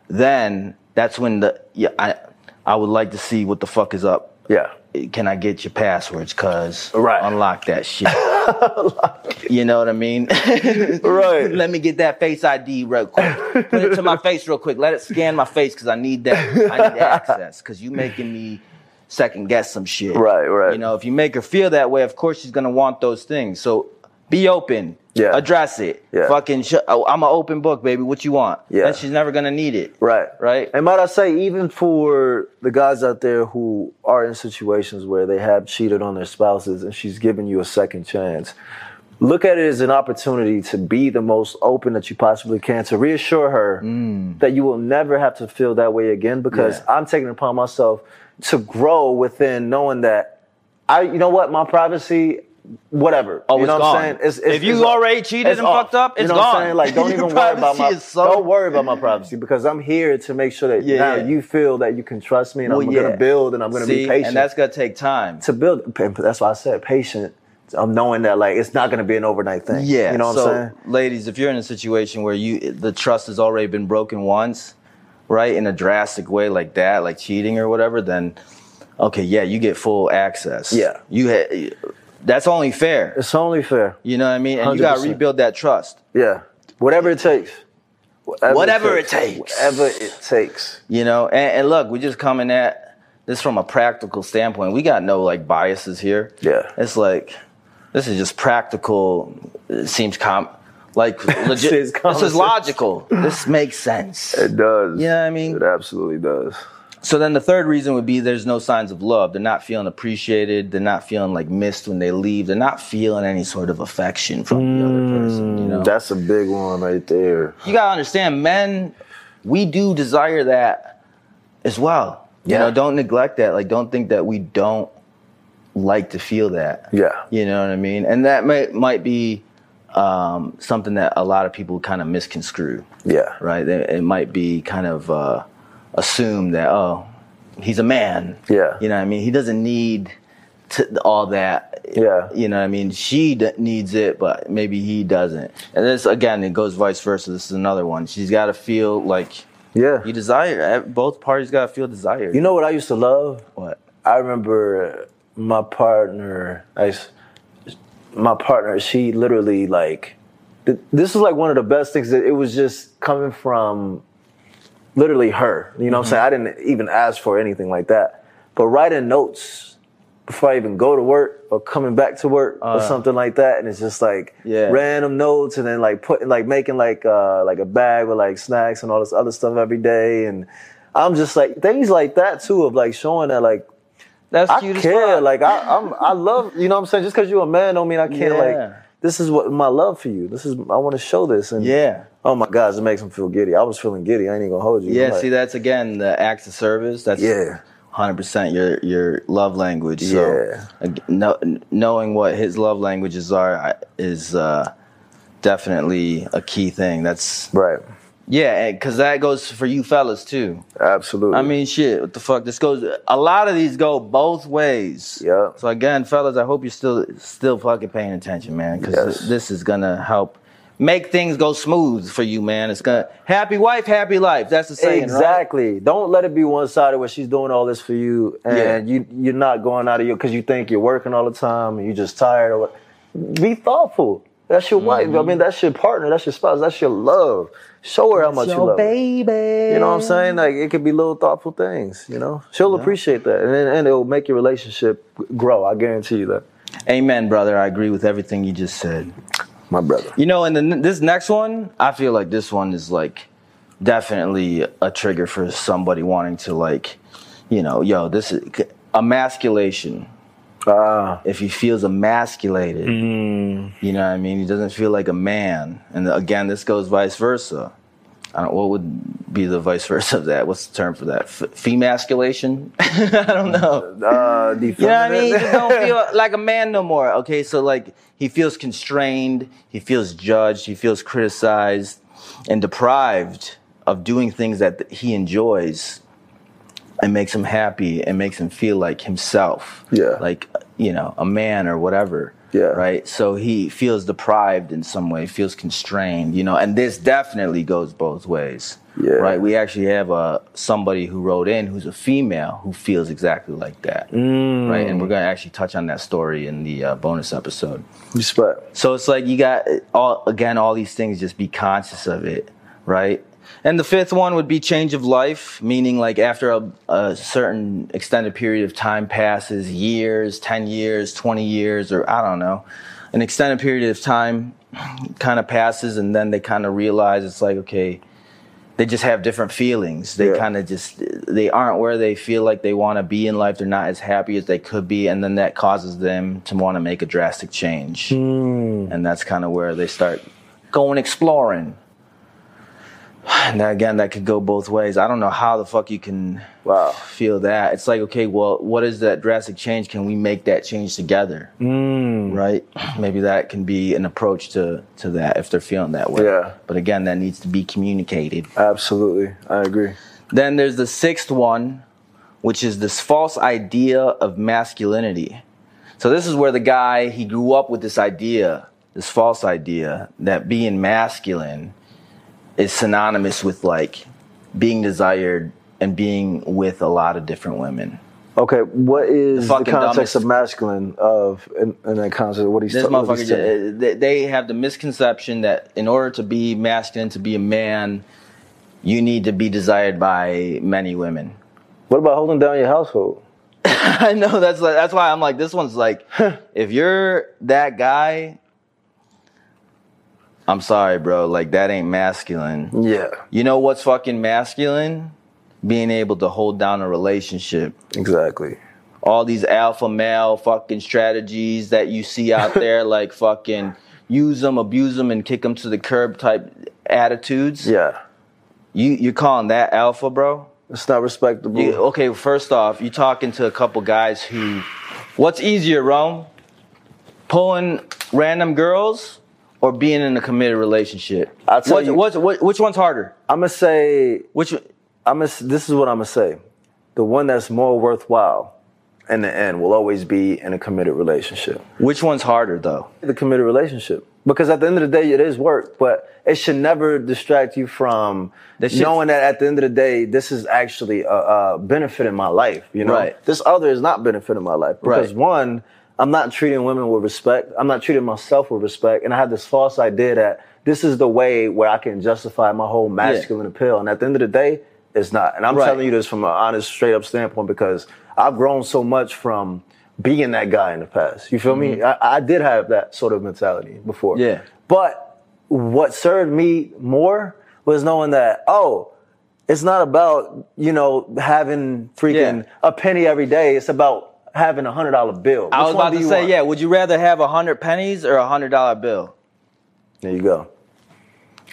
Speaker 1: then that's when the yeah I I would like to see what the fuck is up
Speaker 2: yeah
Speaker 1: can I get your passwords? Cause
Speaker 2: Right.
Speaker 1: unlock that shit. you know what I mean?
Speaker 2: Right.
Speaker 1: Let me get that face ID real quick. Put it to my face real quick. Let it scan my face because I need that. I need access because you making me second guess some shit.
Speaker 2: Right, right.
Speaker 1: You know, if you make her feel that way, of course she's gonna want those things. So be open.
Speaker 2: Yeah.
Speaker 1: Address it.
Speaker 2: Yeah.
Speaker 1: Fucking. Sh- oh, I'm an open book, baby. What you want?
Speaker 2: Yeah.
Speaker 1: And she's never gonna need it.
Speaker 2: Right.
Speaker 1: Right.
Speaker 2: And might I say, even for the guys out there who are in situations where they have cheated on their spouses and she's giving you a second chance, look at it as an opportunity to be the most open that you possibly can to reassure her that you will never have to feel that way again because
Speaker 1: Mm. Yeah.
Speaker 2: I'm taking it upon myself to grow within knowing that I, you know what, my privacy. Whatever.
Speaker 1: Oh,
Speaker 2: you
Speaker 1: it's
Speaker 2: know
Speaker 1: gone.
Speaker 2: what I'm saying? It's, it's,
Speaker 1: If you
Speaker 2: it's-
Speaker 1: already cheated
Speaker 2: it's
Speaker 1: and
Speaker 2: off.
Speaker 1: fucked up,
Speaker 2: you
Speaker 1: it's
Speaker 2: know what I'm
Speaker 1: gone.
Speaker 2: saying? Like, don't
Speaker 1: Your
Speaker 2: even worry about my.
Speaker 1: privacy is so-
Speaker 2: don't worry about my privacy because I'm here to make sure that
Speaker 1: Yeah,
Speaker 2: now
Speaker 1: yeah.
Speaker 2: you feel that you can trust me and
Speaker 1: Well,
Speaker 2: I'm
Speaker 1: yeah.
Speaker 2: gonna build and I'm gonna
Speaker 1: See,
Speaker 2: be patient.
Speaker 1: and that's gonna take time.
Speaker 2: to build. That's why I said patient. I'm knowing that like it's not gonna be an overnight thing.
Speaker 1: Yeah.
Speaker 2: you know what
Speaker 1: so,
Speaker 2: I'm saying?
Speaker 1: ladies, if you're in a situation where you the trust has already been broken once, right, in a drastic way like that, like cheating or whatever, then okay, yeah, you get full access.
Speaker 2: Yeah.
Speaker 1: You ha- that's only fair.
Speaker 2: It's only fair.
Speaker 1: You know what I mean? And you gotta
Speaker 2: 100%.
Speaker 1: rebuild that trust.
Speaker 2: Yeah, whatever it takes. Whatever,
Speaker 1: Whatever it takes.
Speaker 2: Whatever it takes.
Speaker 1: You know, and, and look, we just coming at this from a practical standpoint. We got no like biases here.
Speaker 2: Yeah.
Speaker 1: It's like this is just practical. It seems com like legit.
Speaker 2: is common
Speaker 1: this is
Speaker 2: sense. Uh,
Speaker 1: logical. this makes sense.
Speaker 2: It does.
Speaker 1: Yeah, I mean-
Speaker 2: it absolutely does.
Speaker 1: So then the third reason would be there's no signs of love. They're not feeling appreciated. They're not feeling like missed when they leave. They're not feeling any sort of affection from the
Speaker 2: Mm,
Speaker 1: other person. You know,
Speaker 2: That's a big one right there.
Speaker 1: you gotta understand, men, we do desire that as well. You
Speaker 2: Yeah.
Speaker 1: know, don't neglect that. Like, don't think that we don't like to feel that.
Speaker 2: Yeah.
Speaker 1: You know what I mean? And that might might be um, something that a lot of people kind of misconstrue,
Speaker 2: Yeah.
Speaker 1: right? It it might be kind of uh, assumed that oh, he's a man.
Speaker 2: Yeah.
Speaker 1: You know what I mean? He doesn't need to, all that.
Speaker 2: Yeah.
Speaker 1: You know what I mean? She d- needs it, but maybe he doesn't. And this again, it goes vice versa. This is another one. She's got to feel like
Speaker 2: Yeah.
Speaker 1: you desire. Both parties got to feel desired.
Speaker 2: You know what I used to love?
Speaker 1: what?
Speaker 2: I remember my partner. I, s- my partner. She literally like. th- This was like one of the best things that it was just coming from, literally her. You know what I'm saying? I didn't even ask for anything like that. But writing notes before I even go to work or coming back to work or something like that, and it's just like
Speaker 1: Yeah.
Speaker 2: random notes, and then like putting like making like uh like a bag with like snacks and all this other stuff every day, and I'm just like things like that too of like showing that like
Speaker 1: That's
Speaker 2: I
Speaker 1: cute as
Speaker 2: care.
Speaker 1: fuck.
Speaker 2: Like I, I'm, I love. You know what I'm saying? Just because you're a man, don't mean I can't.
Speaker 1: Yeah.
Speaker 2: Like this is what my love for you. This is I want to show this. And
Speaker 1: yeah.
Speaker 2: Oh my gosh, it makes him feel giddy. I was feeling giddy. I ain't even gonna hold you.
Speaker 1: Yeah,
Speaker 2: I'm like,
Speaker 1: see, that's again the acts of service. That's
Speaker 2: Yeah.
Speaker 1: hundred percent your your love language. So,
Speaker 2: Yeah.
Speaker 1: ag- know, knowing what his love languages are I- is uh, definitely a key thing. That's
Speaker 2: Right.
Speaker 1: yeah, because that goes for you fellas too.
Speaker 2: Absolutely.
Speaker 1: I mean, shit, what the fuck? This goes. A lot of these go both ways.
Speaker 2: Yeah.
Speaker 1: So again, fellas, I hope you're still still fucking paying attention, man, because
Speaker 2: Yes.
Speaker 1: this is gonna help. Make things go smooth for you, man. It's gonna happy wife, happy life. That's the saying, right?
Speaker 2: Exactly. Don't let it be one sided where she's doing all this for you and
Speaker 1: Yeah.
Speaker 2: you you're not going out of your because you think you're working all the time and you're just tired or what. Be thoughtful. That's your
Speaker 1: Mm-hmm.
Speaker 2: wife. I mean, that's your partner. That's your spouse. That's your love. Show her how much you love. her.
Speaker 1: baby.
Speaker 2: You know what I'm saying? Like it could be little thoughtful things. You know, she'll appreciate that, and and it'll make your relationship grow. I guarantee you that,
Speaker 1: Amen, brother. I agree with everything you just said.
Speaker 2: my brother.
Speaker 1: You know, and then this next one, I feel like this one is like definitely a trigger for somebody wanting to like, you know, yo, this is emasculation.
Speaker 2: Ah,
Speaker 1: If he feels emasculated, you know what I mean? He doesn't feel like a man. And again, this goes vice versa. I don't, what would be the vice versa of that? What's the term for that? F- femasculation? I don't know.
Speaker 2: uh,
Speaker 1: You know what I mean? He just don't feel like a man no more. Okay, so like he feels constrained, he feels judged, he feels criticized, and deprived of doing things that he enjoys and makes him happy and makes him feel like himself.
Speaker 2: Yeah.
Speaker 1: Like, you know, a man or whatever.
Speaker 2: Yeah.
Speaker 1: Right. So he feels deprived in some way, feels constrained, you know, and this definitely goes both ways.
Speaker 2: Yeah.
Speaker 1: Right. We actually have a somebody who wrote in who's a female who feels exactly like that. Right. And we're going to actually touch on that story in the uh, bonus episode.
Speaker 2: Respect.
Speaker 1: So it's like you got all again all these things. Just be conscious of it, right? And the fifth one would be change of life, meaning like after a, a certain extended period of time passes, years, ten years, twenty years, or I don't know, an extended period of time kind of passes, and then they kind of realize it's like okay, they just have different feelings. They
Speaker 2: Yeah.
Speaker 1: kind of just they aren't where they feel like they want to be in life. They're not as happy as they could be, and then that causes them to want to make a drastic change. Mm-hmm. And that's kind of where they start going exploring. And that- again, that could go both ways. I don't know how the fuck you can
Speaker 2: Wow.
Speaker 1: feel that. It's like, okay, well, what is that drastic change? Can we make that change together?
Speaker 2: Mm.
Speaker 1: Right? Maybe that can be an approach to to that if they're feeling that way.
Speaker 2: Yeah.
Speaker 1: But again, that needs to be communicated.
Speaker 2: Absolutely. I agree.
Speaker 1: Then there's the sixth one, which is this false idea of masculinity. So this is where the guy he grew up with this idea, this false idea that being masculine is synonymous with like being desired and being with a lot of different women.
Speaker 2: Okay, what is the,
Speaker 1: fucking
Speaker 2: context
Speaker 1: dumbest-
Speaker 2: of masculine of in, in that context? What he's
Speaker 1: This
Speaker 2: ta- what
Speaker 1: motherfucker,
Speaker 2: he's saying?
Speaker 1: ju- uh, they- they have the misconception that in order to be masculine, to be a man, you need to be desired by many women.
Speaker 2: What about holding down your household?
Speaker 1: I know that's like, that's why I'm like this one's like if you're that guy I'm sorry bro like that ain't masculine.
Speaker 2: Yeah,
Speaker 1: You know what's fucking masculine? Being able to hold down a relationship.
Speaker 2: exactly.
Speaker 1: All these alpha male fucking strategies that you see out there like fucking use them, abuse them and kick them to the curb type attitudes.
Speaker 2: Yeah,
Speaker 1: You you're calling that alpha, bro?
Speaker 2: it's not respectable.
Speaker 1: You- okay, first off, you talking to a couple guys who, what's easier, Rome? Pulling random girls or being in a committed relationship?
Speaker 2: I'll tell
Speaker 1: What-
Speaker 2: you-
Speaker 1: what's- what- which one's harder?
Speaker 2: I'm gonna say
Speaker 1: Which
Speaker 2: I'm gonna, s- this is what I'm gonna say. The one that's more worthwhile in the end will always be in a committed relationship.
Speaker 1: which one's harder though?
Speaker 2: The committed relationship. Because at the end of the day, it is work, but it should never distract you from
Speaker 1: That shit-
Speaker 2: knowing that at the end of the day, this is actually a, a benefit in my life. You know,
Speaker 1: Right.
Speaker 2: this other is not benefiting my life because
Speaker 1: Right.
Speaker 2: one, I'm not treating women with respect. I'm not treating myself with respect, and I have this false idea that this is the way where I can justify my whole masculine appeal. And at the end of the day, it's not. And I'm
Speaker 1: Right.
Speaker 2: telling you this from an honest, straight up standpoint because I've grown so much from being that guy in the past. You feel me? I, I did have that sort of mentality before.
Speaker 1: Mm-hmm. Yeah.
Speaker 2: But what served me more was knowing that, oh, it's not about, you know, having freaking
Speaker 1: Yeah.
Speaker 2: a penny every day. It's about having a hundred dollar bill.
Speaker 1: I
Speaker 2: Which
Speaker 1: was
Speaker 2: one
Speaker 1: about
Speaker 2: do
Speaker 1: to
Speaker 2: you
Speaker 1: say,
Speaker 2: want?
Speaker 1: yeah. Would you rather have a hundred pennies or a hundred dollar bill?
Speaker 2: There you go.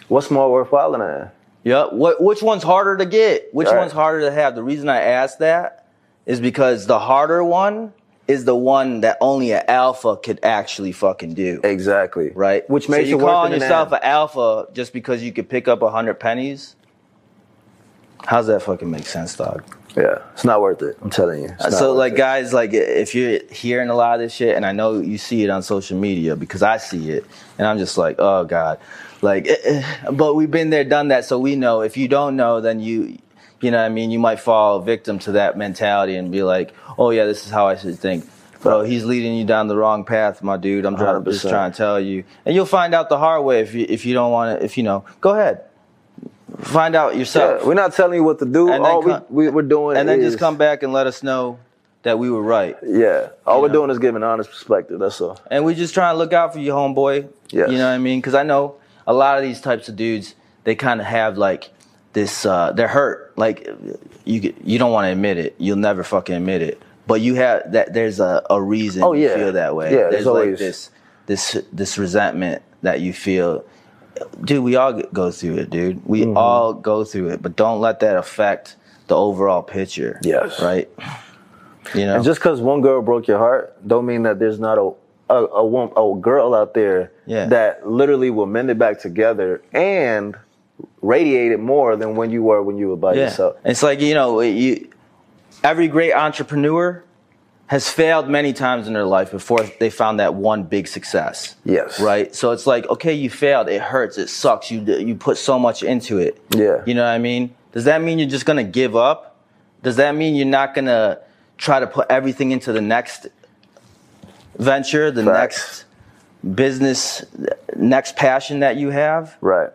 Speaker 2: What's more worthwhile than that?
Speaker 1: Yep. What which one's harder to get? Which
Speaker 2: Right.
Speaker 1: one's harder to have? The reason I ask that is because the harder one is the one that only an alpha could actually fucking do.
Speaker 2: Exactly.
Speaker 1: right?
Speaker 2: Which makes
Speaker 1: so you
Speaker 2: it worth
Speaker 1: calling
Speaker 2: it in the
Speaker 1: yourself
Speaker 2: end.
Speaker 1: an alpha just because you could pick up a hundred pennies. How's that fucking make sense, dog?
Speaker 2: Yeah. It's not worth it. I'm telling you. It's not
Speaker 1: so
Speaker 2: worth
Speaker 1: like
Speaker 2: it.
Speaker 1: guys like if you're hearing a lot of this shit and i know you see it on social media because i see it and i'm just like oh god like eh, eh, but we've been there done that so we know if you don't know then you you know what i mean you might fall victim to that mentality and be like oh yeah this is how i should think bro he's leading you down the wrong path my dude i'm trying, just
Speaker 2: 100%.
Speaker 1: trying to tell you and you'll find out the hard way if you if you don't want to if you know go ahead find out yourself
Speaker 2: Yeah, we're not telling you what to do.
Speaker 1: And then
Speaker 2: All we,
Speaker 1: come-
Speaker 2: we, we're doing
Speaker 1: and then just
Speaker 2: is-
Speaker 1: come back and let us know that we were right
Speaker 2: Yeah. All we're
Speaker 1: know.
Speaker 2: doing is giving honest perspective. That's all.
Speaker 1: and we just trying to look out for you, homeboy.
Speaker 2: Yes.
Speaker 1: You know what I mean? Because I know a lot of these types of dudes, they kind of have like this. Uh, they're hurt. Like you, you don't want to admit it. You'll never fucking admit it. But you have that. There's a, a reason.
Speaker 2: Oh, yeah.
Speaker 1: You feel that way.
Speaker 2: Yeah, there's
Speaker 1: There's like
Speaker 2: always-
Speaker 1: this, this, this resentment that you feel. Dude, we all go through it, dude. We
Speaker 2: Mm-hmm.
Speaker 1: all go through it, but don't let that affect the overall picture.
Speaker 2: Yes.
Speaker 1: Right. You know.
Speaker 2: And just because one girl broke your heart, don't mean that there's not a a, a, wom- a girl out there
Speaker 1: Yeah.
Speaker 2: that literally will mend it back together and radiate it more than when you were when you were by yourself.
Speaker 1: It's like you know, you every great entrepreneur has failed many times in their life before they found that one big success.
Speaker 2: Yes.
Speaker 1: Right. So it's like, okay, you failed. It hurts. It sucks. You you put so much into it.
Speaker 2: Yeah.
Speaker 1: You know what I mean? Does that mean you're just gonna give up? Does that mean you're not gonna try to put everything into the next venture, the
Speaker 2: Facts.
Speaker 1: next business, next passion that you have?
Speaker 2: Right.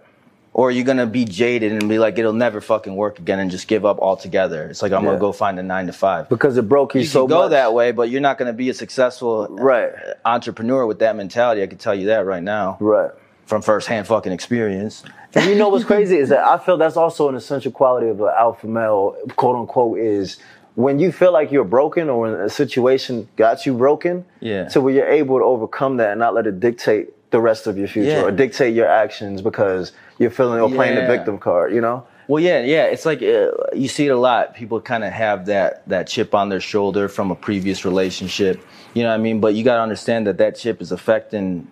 Speaker 1: Or are you gonna be jaded and be like, it'll never fucking work again and just give up altogether? It's like I'm
Speaker 2: Yeah.
Speaker 1: gonna go find a nine to five
Speaker 2: Because it broke you,
Speaker 1: you
Speaker 2: so
Speaker 1: can go
Speaker 2: much.
Speaker 1: that way, but you're not going to be a successful
Speaker 2: Right.
Speaker 1: entrepreneur with that mentality. I can tell you that right now
Speaker 2: Right.
Speaker 1: from firsthand fucking experience.
Speaker 2: And you know what's crazy is that I feel that's also an essential quality of an alpha male, quote unquote, is when you feel like you're broken or when a situation got you broken,
Speaker 1: Yeah.
Speaker 2: to where you're able to overcome that and not let it dictate the rest of your future
Speaker 1: Yeah.
Speaker 2: or dictate your actions because you're feeling or playing the
Speaker 1: Yeah.
Speaker 2: victim card, you know?
Speaker 1: Well, yeah, yeah. It's like uh, you see it a lot. People kind of have that that chip on their shoulder from a previous relationship. You know what I mean? But you got to understand that that chip is affecting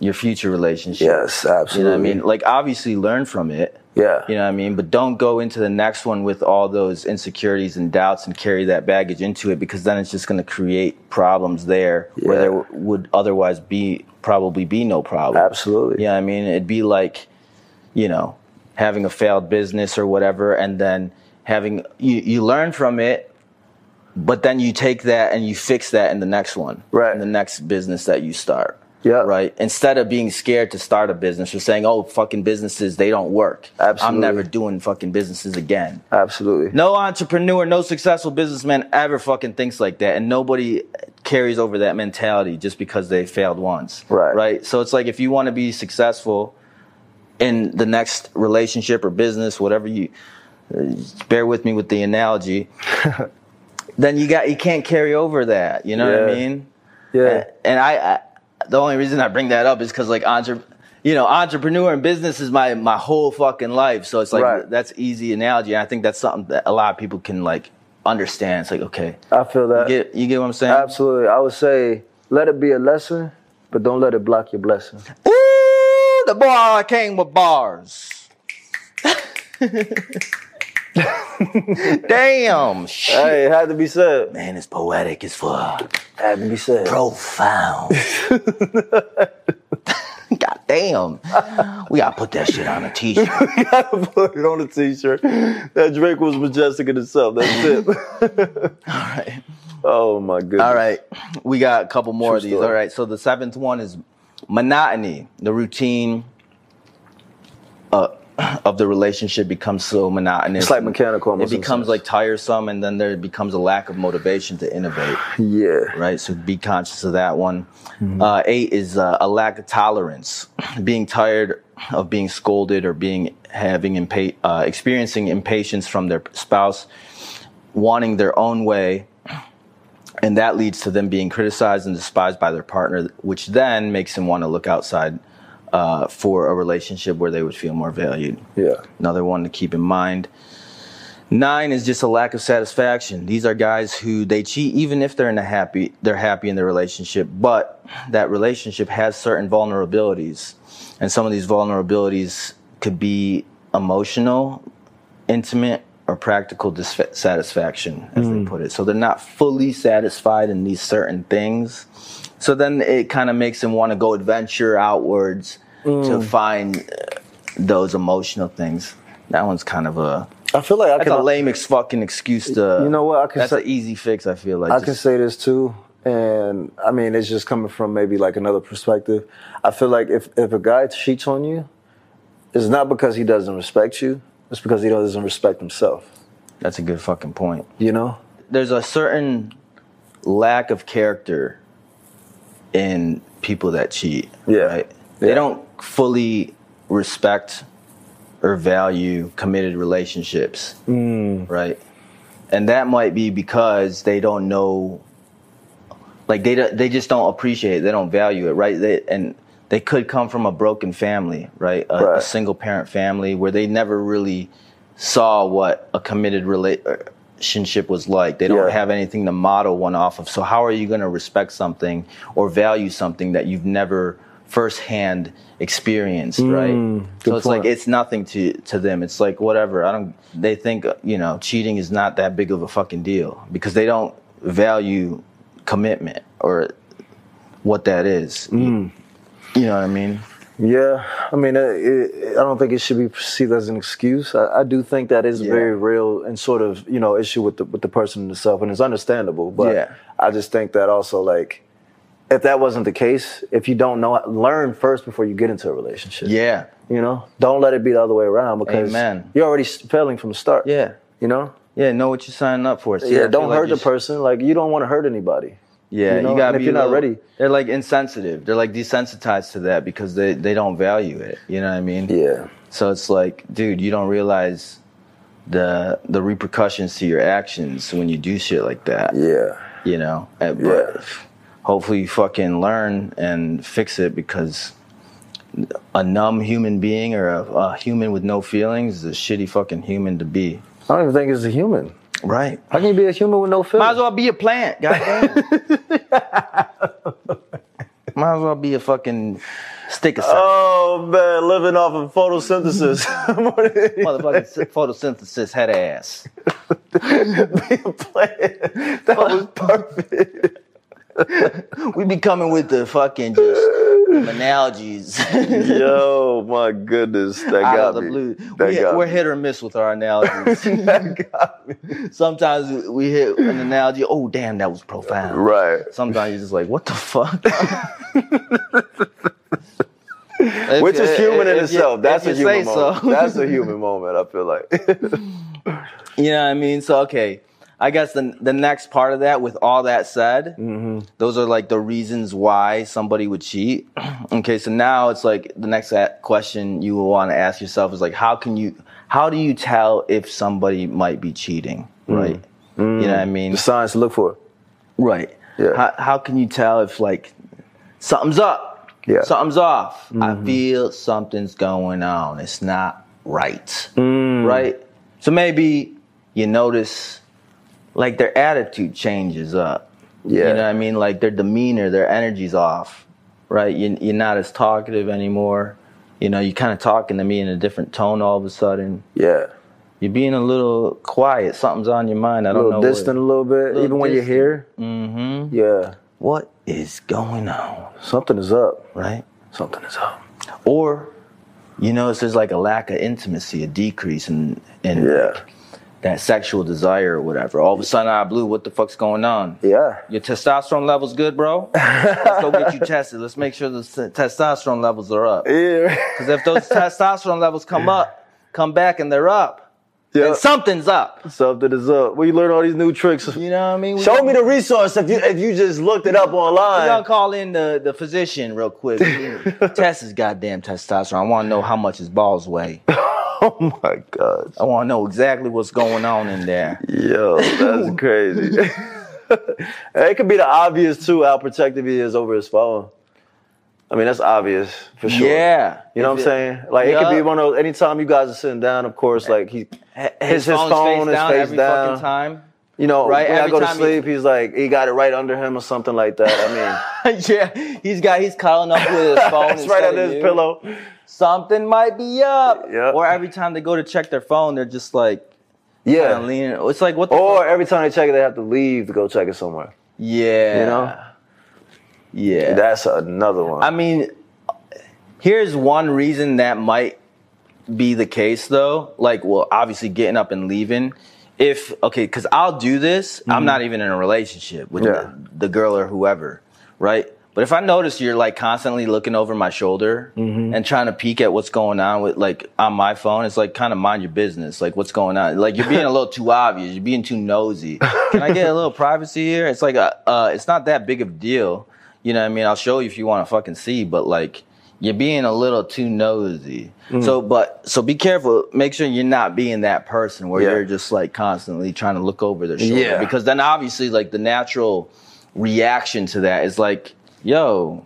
Speaker 1: your future relationship.
Speaker 2: Yes, absolutely.
Speaker 1: You know what I mean? Like obviously learn from it.
Speaker 2: Yeah.
Speaker 1: You know what I mean? But don't go into the next one with all those insecurities and doubts and carry that baggage into it because then it's just going to create problems there where
Speaker 2: Yeah.
Speaker 1: there w- would otherwise be probably be no problem.
Speaker 2: Absolutely.
Speaker 1: You know what I mean? It'd be like, you know, having a failed business or whatever and then having you, you learn from it but then you take that and you fix that in the next one
Speaker 2: Right.
Speaker 1: in the next business that you start
Speaker 2: Yeah.
Speaker 1: right instead of being scared to start a business or saying oh fucking businesses they don't work
Speaker 2: Absolutely.
Speaker 1: i'm never doing fucking businesses again
Speaker 2: Absolutely.
Speaker 1: no entrepreneur no successful businessman ever fucking thinks like that and nobody carries over that mentality just because they failed once
Speaker 2: Right.
Speaker 1: right so it's like if you want to be successful in the next relationship or business whatever you uh, bear with me with the analogy then you got you can't carry over that you know what i
Speaker 2: Yeah.
Speaker 1: mean
Speaker 2: Yeah.
Speaker 1: and I, I the only reason i bring that up is because like entre, you know entrepreneur and business is my my whole fucking life so it's like
Speaker 2: Right.
Speaker 1: that's easy analogy and i think that's something that a lot of people can like understand it's like okay
Speaker 2: I feel that.
Speaker 1: you get, you get what i'm saying
Speaker 2: Absolutely. I would say let it be a lesson, but don't let it block your blessing.
Speaker 1: Ooh, the bar came with bars damn shit.
Speaker 2: Hey, it had to be said.
Speaker 1: man it's poetic as fuck
Speaker 2: Had to be said.
Speaker 1: profound god damn we gotta put that shit on a t-shirt
Speaker 2: gotta put it on a t-shirt. That Drake was majestic in itself. That's it.
Speaker 1: right.
Speaker 2: oh my goodness.
Speaker 1: All right, we got a couple more of these.
Speaker 2: story.
Speaker 1: All right, so the seventh one is monotony. The routine uh, of the relationship becomes so monotonous.
Speaker 2: It's like mechanical
Speaker 1: It
Speaker 2: almost in a
Speaker 1: becomes
Speaker 2: sense.
Speaker 1: like tiresome, and then there becomes a lack of motivation to innovate.
Speaker 2: Yeah.
Speaker 1: Right, so be conscious of that one. Uh, eight is uh, a lack of tolerance. being tired of being scolded or being having impa- uh, experiencing impatience from their spouse, wanting their own way and that leads to them being criticized and despised by their partner, which then makes them want to look outside uh, for a relationship where they would feel more valued.
Speaker 2: Yeah.
Speaker 1: Another one to keep in mind. Nine is just a lack of satisfaction. These are guys who they cheat even if they're in a happy they're happy in their relationship, but that relationship has certain vulnerabilities. And some of these vulnerabilities could be emotional, intimate, or practical dissatisfaction, as they put it. So they're not fully satisfied in these certain things. So then it kind of makes them want to go adventure outwards to find uh, those emotional things. That one's kind of a
Speaker 2: I feel like I
Speaker 1: that's a
Speaker 2: can
Speaker 1: lame ex- fucking excuse to.
Speaker 2: You know what, I can
Speaker 1: that's
Speaker 2: say-
Speaker 1: an easy fix. I feel like
Speaker 2: I
Speaker 1: Just-
Speaker 2: can say this too. And I mean it's just coming from maybe like another perspective. I feel like if, if a guy cheats on you, it's not because he doesn't respect you, it's because he doesn't respect himself.
Speaker 1: that's a good fucking point.
Speaker 2: You know?
Speaker 1: There's a certain lack of character in people that cheat.
Speaker 2: Yeah.
Speaker 1: right? They
Speaker 2: Yeah.
Speaker 1: don't fully respect or value committed relationships. Right. And that might be because they don't know like they don't- they just don't appreciate it. They don't value it, right? They and they could come from a broken family, right? A,
Speaker 2: Right.
Speaker 1: a single parent family where they never really saw what a committed rela- uh, relationship was like. They don't
Speaker 2: Yeah.
Speaker 1: have anything to model one off of. So how are you going to respect something or value something that you've never firsthand experienced, right? So
Speaker 2: good
Speaker 1: it's like
Speaker 2: point.
Speaker 1: it's nothing to to them. It's like whatever. I don't. They think you know cheating is not that big of a fucking deal because they don't value commitment or what that is.
Speaker 2: Mm.
Speaker 1: You know what I mean?
Speaker 2: Yeah, I mean, it, it, I don't think it should be perceived as an excuse. I, I do think that is a
Speaker 1: Yeah.
Speaker 2: very real and sort of you know issue with the with the person itself, and it's understandable. But
Speaker 1: Yeah.
Speaker 2: I just think that also like, if that wasn't the case, if you don't know, learn first before you get into a relationship.
Speaker 1: Yeah.
Speaker 2: you know, don't let it be the other way around because
Speaker 1: Amen.
Speaker 2: you're already failing from the start.
Speaker 1: Yeah.
Speaker 2: you know.
Speaker 1: Yeah, know what you're signing up for. See, I
Speaker 2: Yeah,
Speaker 1: feel
Speaker 2: don't
Speaker 1: like
Speaker 2: hurt
Speaker 1: you
Speaker 2: the
Speaker 1: sh-
Speaker 2: person. Like you don't want to hurt anybody.
Speaker 1: Yeah,
Speaker 2: you
Speaker 1: you,
Speaker 2: know, and
Speaker 1: gotta
Speaker 2: if
Speaker 1: be.
Speaker 2: you're
Speaker 1: a
Speaker 2: not
Speaker 1: little-
Speaker 2: ready-
Speaker 1: they're like insensitive. They're like desensitized to that because they they don't value it. You know what I mean?
Speaker 2: Yeah.
Speaker 1: So it's like, dude, you don't realize the the repercussions to your actions when you do shit like that.
Speaker 2: Yeah.
Speaker 1: You know, Uh, but
Speaker 2: Yeah.
Speaker 1: hopefully you fucking learn and fix it because a numb human being or a, a human with no feelings is a shitty fucking human to be.
Speaker 2: I don't even think it's a human.
Speaker 1: Right.
Speaker 2: How can you be a human with no feelings?
Speaker 1: Might as well be a plant, goddamn. Might as well be a fucking stick of something.
Speaker 2: Oh man, living off of photosynthesis.
Speaker 1: Motherfucking photosynthesis head ass.
Speaker 2: Being playing. That was perfect.
Speaker 1: We be coming with the fucking just analogies
Speaker 2: Yo, my goodness, that
Speaker 1: out
Speaker 2: got
Speaker 1: of the
Speaker 2: me.
Speaker 1: blue.
Speaker 2: That
Speaker 1: We,
Speaker 2: got
Speaker 1: we're
Speaker 2: me.
Speaker 1: hit or miss with our analogies.
Speaker 2: That got me.
Speaker 1: Sometimes we hit an analogy. Oh damn, that was profound.
Speaker 2: Right.
Speaker 1: Sometimes you're just like, what the fuck? If
Speaker 2: Which
Speaker 1: you-
Speaker 2: is human in
Speaker 1: if you-
Speaker 2: itself.
Speaker 1: if
Speaker 2: That's a
Speaker 1: you
Speaker 2: human
Speaker 1: say
Speaker 2: moment.
Speaker 1: so.
Speaker 2: That's a human moment. I feel like.
Speaker 1: You know what I mean? So okay, I guess the the next part of that, with all that said, those are like the reasons why somebody would cheat. okay, so now it's like the next a- question you will want to ask yourself is like, how can you, how do you tell if somebody might be cheating, right? You know what I mean?
Speaker 2: the signs to look for.
Speaker 1: Right.
Speaker 2: Yeah.
Speaker 1: How how can you tell if like something's up?
Speaker 2: Yeah. Mm-hmm.
Speaker 1: Something's off. I feel something's going on. It's not right.
Speaker 2: Mm.
Speaker 1: Right? So maybe you notice like their attitude changes up.
Speaker 2: Yeah.
Speaker 1: You know what I mean? Like their demeanor, their energy's off. Right? You you're not as talkative anymore. You know, you're kind of talking to me in a different tone all of a sudden.
Speaker 2: Yeah.
Speaker 1: You're being a little quiet. Something's on your mind. I
Speaker 2: A
Speaker 1: don't
Speaker 2: little
Speaker 1: know. what-
Speaker 2: distant, a little bit, even when you're
Speaker 1: distant.
Speaker 2: here. Mm-hmm. Yeah,
Speaker 1: what is going on?
Speaker 2: something is up.
Speaker 1: right?
Speaker 2: Something is up.
Speaker 1: Or you notice there's like a lack of intimacy, a decrease in in
Speaker 2: Yeah.
Speaker 1: that sexual desire or whatever. All of a sudden, I blew. What the fuck's going on?
Speaker 2: Yeah.
Speaker 1: Your testosterone levels good, bro. Let's go get you tested. Let's make sure the t- testosterone levels are up.
Speaker 2: Yeah.
Speaker 1: Because if those testosterone levels come up, come back, and they're up,
Speaker 2: Yeah.
Speaker 1: then something's up.
Speaker 2: Something is up. Well, you learn all these new tricks.
Speaker 1: You know what I mean? We
Speaker 2: Show
Speaker 1: gonna-
Speaker 2: me the resource if you if you just looked it up
Speaker 1: we
Speaker 2: online.
Speaker 1: gonna call in the, the physician real quick. Test his goddamn testosterone. I want to know how much his balls weigh.
Speaker 2: Oh my god.
Speaker 1: I want to know exactly what's going on in there.
Speaker 2: Yo, that's crazy. it could be the obvious too, how protective he is over his phone. I mean, that's obvious for sure.
Speaker 1: Yeah,
Speaker 2: You know what I'm saying? Like it could be
Speaker 1: Yeah.
Speaker 2: one of those anytime you guys are sitting down, of course, like he
Speaker 1: saying?
Speaker 2: his- his phone is face
Speaker 1: every
Speaker 2: down.
Speaker 1: fucking time.
Speaker 2: you know,
Speaker 1: Right,
Speaker 2: when I
Speaker 1: every
Speaker 2: go to
Speaker 1: time he-
Speaker 2: sleep, he's like he got it right under him or something like that. I mean
Speaker 1: yeah, he's got he's cuddling up with his phone.
Speaker 2: it's right
Speaker 1: instead
Speaker 2: under
Speaker 1: of
Speaker 2: his
Speaker 1: you.
Speaker 2: pillow.
Speaker 1: Something might be up.
Speaker 2: Yeah.
Speaker 1: Or every time they go to check their phone, they're just like
Speaker 2: Yeah. Oh.
Speaker 1: kinda leaning. It's like what the
Speaker 2: Or
Speaker 1: fuck?
Speaker 2: every time they check it, they have to leave to go check it somewhere.
Speaker 1: yeah,
Speaker 2: You know?
Speaker 1: yeah.
Speaker 2: That's another one.
Speaker 1: I mean, here's one reason that might be the case though. Like, well, obviously getting up and leaving. If okay, because I'll do this. I'm not even in a relationship with
Speaker 2: Mm-hmm. Yeah.
Speaker 1: the, the girl or whoever, right? But if I notice you're like constantly looking over my shoulder and trying to peek at what's going on with like on my phone, it's like kind of mind your business. Like what's going on? Like you're being a little too obvious. You're being too nosy. Can I get a little privacy here? It's like a, uh, it's not that big of a deal. You know what I mean? I'll show you if you want to fucking see, but like you're being a little too nosy. So, but so be careful. Make sure you're not being that person where
Speaker 2: Yeah.
Speaker 1: you're just like constantly trying to look over their shoulder.
Speaker 2: Yeah.
Speaker 1: Because then obviously, like the natural reaction to that is like, "Yo,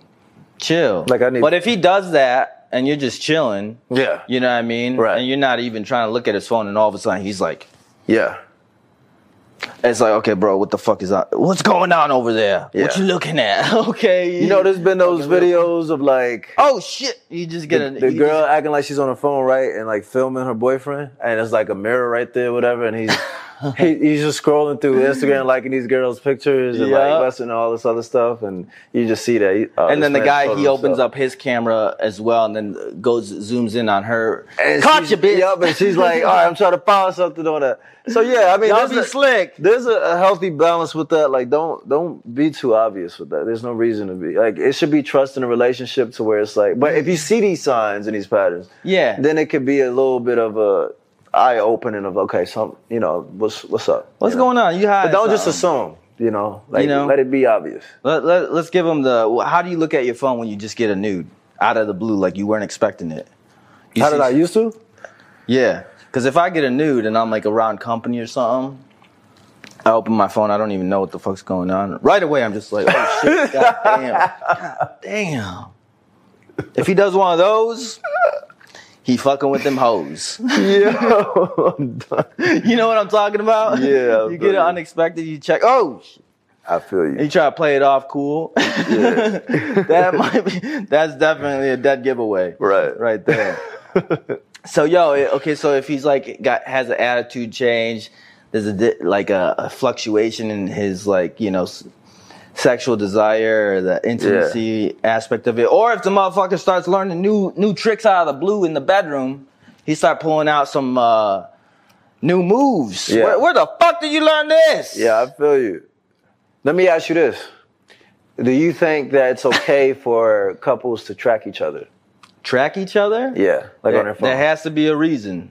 Speaker 1: chill."
Speaker 2: Like, I need-
Speaker 1: But if he does that and you're just chilling,
Speaker 2: Yeah.
Speaker 1: you know what I mean,
Speaker 2: Right.
Speaker 1: And you're not even trying to look at his phone, and all of a sudden he's like,
Speaker 2: yeah.
Speaker 1: "It's like, okay, bro, what the fuck is that? What's going on over there? What
Speaker 2: Yeah.
Speaker 1: you looking at? okay,
Speaker 2: You know, there's been those
Speaker 1: Okay, real-
Speaker 2: videos of like
Speaker 1: Oh shit! You just get a
Speaker 2: the girl acting like she's on her phone, right, and like filming her boyfriend, and it's like a mirror right there, whatever, and he's he, he's just scrolling through Instagram, liking these girls' pictures and
Speaker 1: Yeah.
Speaker 2: like busting all this other stuff, and you just see that. he- oh,
Speaker 1: and
Speaker 2: this
Speaker 1: then the
Speaker 2: man
Speaker 1: guy
Speaker 2: showed
Speaker 1: he opens
Speaker 2: himself.
Speaker 1: up his camera as well, and then goes zooms in on her.
Speaker 2: And
Speaker 1: Caught
Speaker 2: she's-
Speaker 1: you, bitch.
Speaker 2: Yup, and she's like, all right, I'm trying to find something on that. So yeah, I mean,
Speaker 1: Y'all
Speaker 2: there's
Speaker 1: be
Speaker 2: a,
Speaker 1: slick.
Speaker 2: There's a, a healthy balance with that. Like, don't don't be too obvious with that. There's no reason to be. Like, it should be trust in a relationship to where it's like. But if you see these signs and these patterns,
Speaker 1: Yeah.
Speaker 2: then it could be a little bit of a eye opening of okay, some you know what's what's up.
Speaker 1: What's
Speaker 2: you know?
Speaker 1: going on? You hide.
Speaker 2: But don't just
Speaker 1: something.
Speaker 2: assume. You know, like
Speaker 1: You know?
Speaker 2: let it be obvious.
Speaker 1: Let, let, let's give them the. well, How do you look at your phone when you just get a nude out of the blue, like you weren't expecting it? You
Speaker 2: How
Speaker 1: see-
Speaker 2: did I used to?
Speaker 1: Yeah, because if I get a nude and I'm like around company or something, I open my phone. I don't even know what the fuck's going on. Right away, I'm just like, oh shit, god damn, god damn. If he does one of those, he fucking with them hoes.
Speaker 2: Yeah, I'm done.
Speaker 1: You know what I'm talking about?
Speaker 2: Yeah, I
Speaker 1: you
Speaker 2: feel
Speaker 1: get it
Speaker 2: you.
Speaker 1: unexpected. You check. Oh, shit.
Speaker 2: I feel you.
Speaker 1: And you try to play it off cool.
Speaker 2: Yeah.
Speaker 1: that might be. That's definitely a dead giveaway.
Speaker 2: Right.
Speaker 1: Right there. so yo, it- okay. So if he's like got has an attitude change, there's a di- like a, a fluctuation in his like you know. s- Sexual desire, the intimacy aspect of it, or if the motherfucker starts learning new new tricks out of the blue in the bedroom, he start pulling out some uh, new moves.
Speaker 2: Yeah.
Speaker 1: Where, where the fuck did you learn this?
Speaker 2: Yeah, I feel you. Let me ask you this. Do you think that it's okay for couples to track each other?
Speaker 1: track each other.
Speaker 2: Yeah, like
Speaker 1: There,
Speaker 2: on their phone.
Speaker 1: there has to be a reason.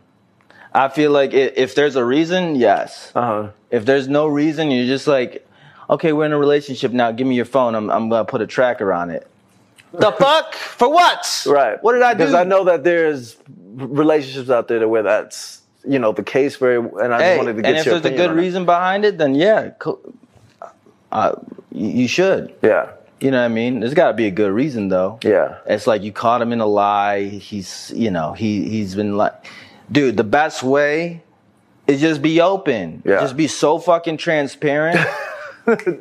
Speaker 1: I feel like i if there's a reason, yes.
Speaker 2: uh-huh.
Speaker 1: If there's no reason, you're just like, okay, we're in a relationship now. Give me your phone. I'm, I'm gonna put a tracker on it. The fuck? For what?
Speaker 2: Right.
Speaker 1: What did I do?
Speaker 2: Because I know that there's relationships out there where that's, you know, the case where, and I
Speaker 1: Hey,
Speaker 2: just wanted to get
Speaker 1: and if
Speaker 2: your
Speaker 1: there's a
Speaker 2: opinion
Speaker 1: good
Speaker 2: on that.
Speaker 1: reason behind it, then yeah, co- uh, you you should. You know what I mean? There's got to be a good reason though.
Speaker 2: Yeah. Yeah.
Speaker 1: It's like you caught him in a lie. He's, you know, he he's been like, dude. The best way is just be open.
Speaker 2: Yeah.
Speaker 1: Just be so fucking transparent.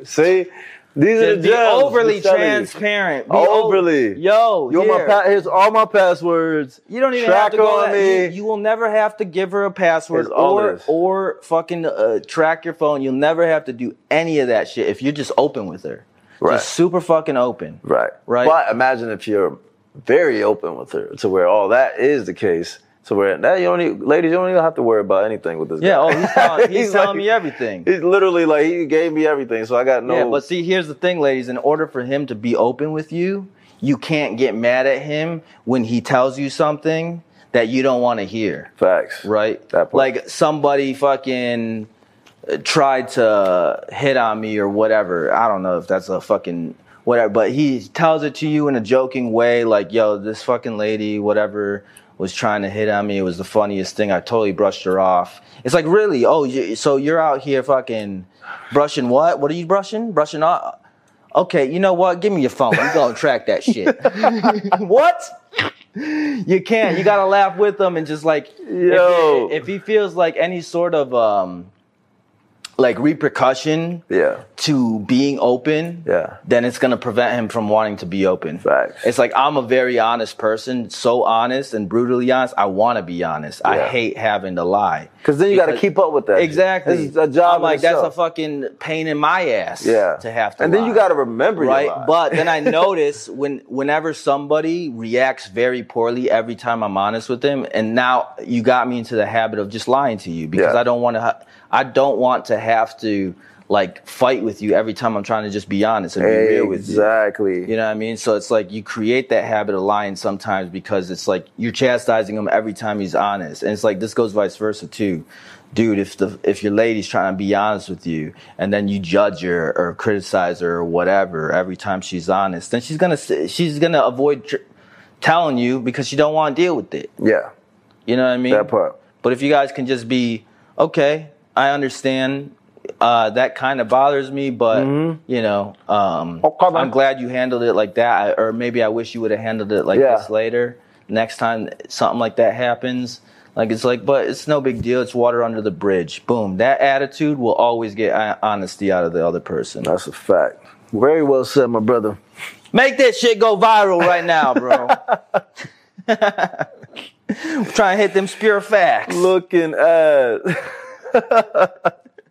Speaker 2: See? These are the
Speaker 1: be
Speaker 2: gems,
Speaker 1: overly
Speaker 2: I'm telling you.
Speaker 1: transparent. Be
Speaker 2: Overly.
Speaker 1: o- Yo,
Speaker 2: You want my
Speaker 1: here.
Speaker 2: pa- here's all my passwords.
Speaker 1: You don't even
Speaker 2: track
Speaker 1: have to go
Speaker 2: on
Speaker 1: that-
Speaker 2: me.
Speaker 1: You, you will never have to give her a password
Speaker 2: It's all
Speaker 1: or
Speaker 2: this.
Speaker 1: or fucking uh, track your phone. You'll never have to do any of that shit if you're just open with her.
Speaker 2: Right.
Speaker 1: Just super fucking open.
Speaker 2: Right.
Speaker 1: Right.
Speaker 2: But imagine if you're very open with her to where all that is the case. To where now you don't even, ladies, you don't even have to worry about anything with this
Speaker 1: Yeah.
Speaker 2: guy.
Speaker 1: Oh, he's telling, he's telling
Speaker 2: like-
Speaker 1: me everything.
Speaker 2: He's literally like he gave me everything, so I got no
Speaker 1: Yeah, but see, here's the thing, ladies. In order for him to be open with you, you can't get mad at him when he tells you something that you don't want to hear,
Speaker 2: facts.
Speaker 1: right?
Speaker 2: That part.
Speaker 1: Like somebody fucking uh, tried to hit on me or whatever. I don't know if that's a fucking whatever, but he tells it to you in a joking way, like, "Yo, this fucking lady, whatever." Was trying to hit on me. It was the funniest thing. I totally brushed her off. It's like, really? Oh, you, so you're out here fucking brushing what? What are you brushing? Brushing off? Okay, you know what? Give me your phone. I'm gonna track that shit. what? You can't. You gotta laugh with them and just like, if-
Speaker 2: Yo.
Speaker 1: if, he feels like any sort of um, like repercussion
Speaker 2: Yeah.
Speaker 1: to being open,
Speaker 2: Yeah.
Speaker 1: then it's gonna prevent him from wanting to be open.
Speaker 2: Facts.
Speaker 1: It's like I'm a very honest person, so honest and brutally honest. I want to be honest. I
Speaker 2: Yeah.
Speaker 1: hate having to lie.
Speaker 2: Because then you got to
Speaker 1: Because-
Speaker 2: keep up with that.
Speaker 1: Exactly.
Speaker 2: It's a job.
Speaker 1: I'm like
Speaker 2: in
Speaker 1: that's
Speaker 2: itself.
Speaker 1: a fucking pain in my ass.
Speaker 2: yeah.
Speaker 1: To have to.
Speaker 2: and then you
Speaker 1: lie
Speaker 2: got to remember your
Speaker 1: right
Speaker 2: lie.
Speaker 1: but then i notice when whenever somebody reacts very poorly every time i'm honest with them and now you got me into the habit of just lying to you because
Speaker 2: Yeah.
Speaker 1: i don't want to ha- i don't want to have to like fight with you every time i'm trying to just be honest and be real with you
Speaker 2: exactly.
Speaker 1: you know what I mean? So it's like you create that habit of lying sometimes because it's like you're chastising him every time he's honest. And it's like this goes vice versa too. Dude, if the if your lady's trying to be honest with you and then you judge her or criticize her or whatever every time she's honest, then she's going to she's going to avoid tr- telling you because she don't want to deal with it.
Speaker 2: Yeah.
Speaker 1: You know what I mean?
Speaker 2: That part.
Speaker 1: But if you guys can just be okay, I understand uh, that kind of bothers me, but you know, um,
Speaker 2: Okay, man.
Speaker 1: I'm glad you handled it like that, I, or maybe I wish you would have handled it like
Speaker 2: Yeah.
Speaker 1: this later. Next time something like that happens, like it's like, but it's no big deal. It's water under the bridge. Boom. That attitude will always get hon- honesty out of the other person.
Speaker 2: That's a fact. Very well said, my brother.
Speaker 1: Make that shit go viral right now, bro. Try and hit them spear facts.
Speaker 2: Looking at.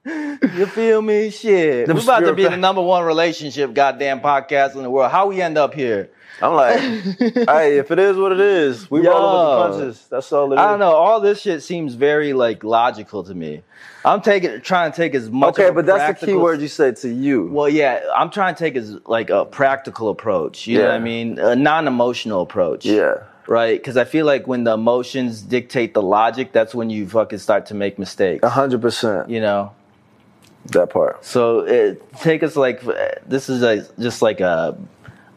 Speaker 1: You feel me? Shit.
Speaker 2: Them
Speaker 1: We're about to
Speaker 2: spirit
Speaker 1: be the
Speaker 2: fa-
Speaker 1: number one relationship goddamn podcast in the world. How we end up here?
Speaker 2: I'm like, hey, if it is what it is, we rolling with
Speaker 1: Yo.
Speaker 2: the punches. That's all it is.
Speaker 1: I don't know. All this shit seems very like logical to me. I'm taking trying to take as much.
Speaker 2: Okay,
Speaker 1: of a
Speaker 2: but that's the key
Speaker 1: practical-
Speaker 2: word you said to you.
Speaker 1: Well, yeah, I'm trying to take as like a practical approach. You know what I
Speaker 2: Yeah.
Speaker 1: mean? A non-emotional approach.
Speaker 2: yeah.
Speaker 1: Right? Because I feel like when the emotions dictate the logic, that's when you fucking start to make mistakes.
Speaker 2: A hundred percent.
Speaker 1: You know.
Speaker 2: That part.
Speaker 1: So it, take us like this is a, just like a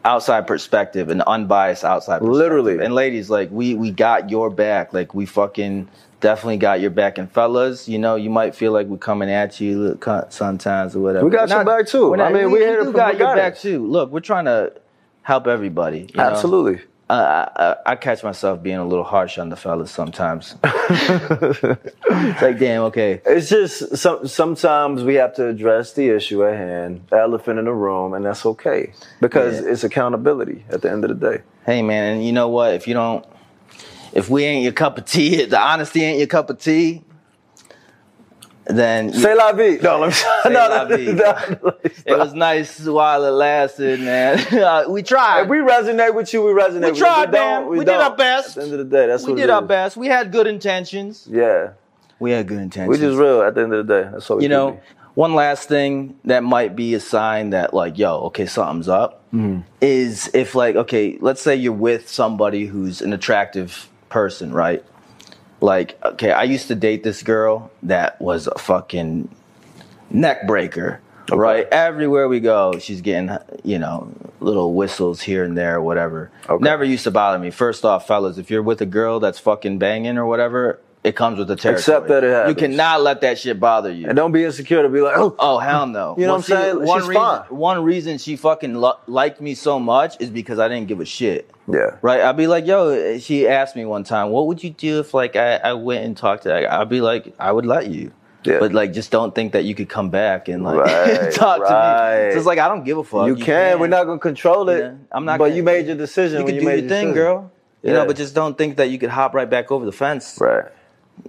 Speaker 1: outside perspective, an unbiased outside. perspective.
Speaker 2: Literally.
Speaker 1: and ladies, like we we got your back. Like we fucking definitely got your back. And fellas, you know, you might feel like we're coming at you co- sometimes or whatever.
Speaker 2: We got
Speaker 1: We're
Speaker 2: your back, too.
Speaker 1: we're
Speaker 2: I mean, we here
Speaker 1: do
Speaker 2: to-
Speaker 1: got
Speaker 2: we
Speaker 1: your
Speaker 2: got
Speaker 1: back
Speaker 2: it.
Speaker 1: too. Look, we're trying to help everybody. you know?
Speaker 2: Absolutely.
Speaker 1: Uh, I, I, I catch myself being a little harsh on the fellas sometimes. it's like, damn, okay.
Speaker 2: It's just some, sometimes we have to address the issue at hand, elephant in the room, and that's okay because
Speaker 1: Yeah.
Speaker 2: it's accountability at the end of the day.
Speaker 1: hey man and you know what if you don't if we ain't your cup of tea if the honesty ain't your cup of tea then
Speaker 2: Say la vie. No, let me, no,
Speaker 1: la
Speaker 2: no,
Speaker 1: vie.
Speaker 2: no, no,
Speaker 1: it was nice while it lasted man Uh, we tried
Speaker 2: If we resonate with you, we resonate. with you.
Speaker 1: tried,
Speaker 2: If
Speaker 1: man.
Speaker 2: don't,
Speaker 1: We did our
Speaker 2: don't.
Speaker 1: best.
Speaker 2: At the end of the day, that's
Speaker 1: We
Speaker 2: what
Speaker 1: did
Speaker 2: it
Speaker 1: our
Speaker 2: is.
Speaker 1: best we had good intentions
Speaker 2: Yeah,
Speaker 1: we had good intentions
Speaker 2: we just real. At the end of the day, that's all. We
Speaker 1: you
Speaker 2: can
Speaker 1: know
Speaker 2: be.
Speaker 1: one last thing that might be a sign that like yo okay something's up
Speaker 2: Mm-hmm.
Speaker 1: is if like okay let's say you're with somebody who's an attractive person right like okay i used to date this girl that was a fucking neck breaker right everywhere we go she's getting you know little whistles here and there whatever
Speaker 2: Okay.
Speaker 1: never used to bother me first off fellas if you're with a girl that's fucking banging or whatever it comes with the territory
Speaker 2: Accept that it
Speaker 1: you
Speaker 2: happens.
Speaker 1: cannot let that shit bother you
Speaker 2: and don't be insecure to be like, oh,
Speaker 1: Oh hell no!
Speaker 2: You know what I'm saying?
Speaker 1: One
Speaker 2: She's
Speaker 1: reason,
Speaker 2: fine.
Speaker 1: one reason she fucking lo- liked me so much is because I didn't give a shit.
Speaker 2: yeah,
Speaker 1: Right? I'd be like, yo. She asked me one time, "What would you do if like I, I went and talked to?" That guy? I'd be like, "I would let you."
Speaker 2: Yeah.
Speaker 1: But like, just don't think that you could come back and like
Speaker 2: Right,
Speaker 1: talk to me.
Speaker 2: right.
Speaker 1: So it's like I don't give a fuck.
Speaker 2: You, can. We're not gonna control it.
Speaker 1: Yeah. I'm not
Speaker 2: But
Speaker 1: gonna-
Speaker 2: you made your decision.
Speaker 1: You can
Speaker 2: when you
Speaker 1: do
Speaker 2: made
Speaker 1: your thing,
Speaker 2: decision.
Speaker 1: girl. You know,
Speaker 2: Yeah.
Speaker 1: but just don't think that you could hop right back over the fence.
Speaker 2: Right.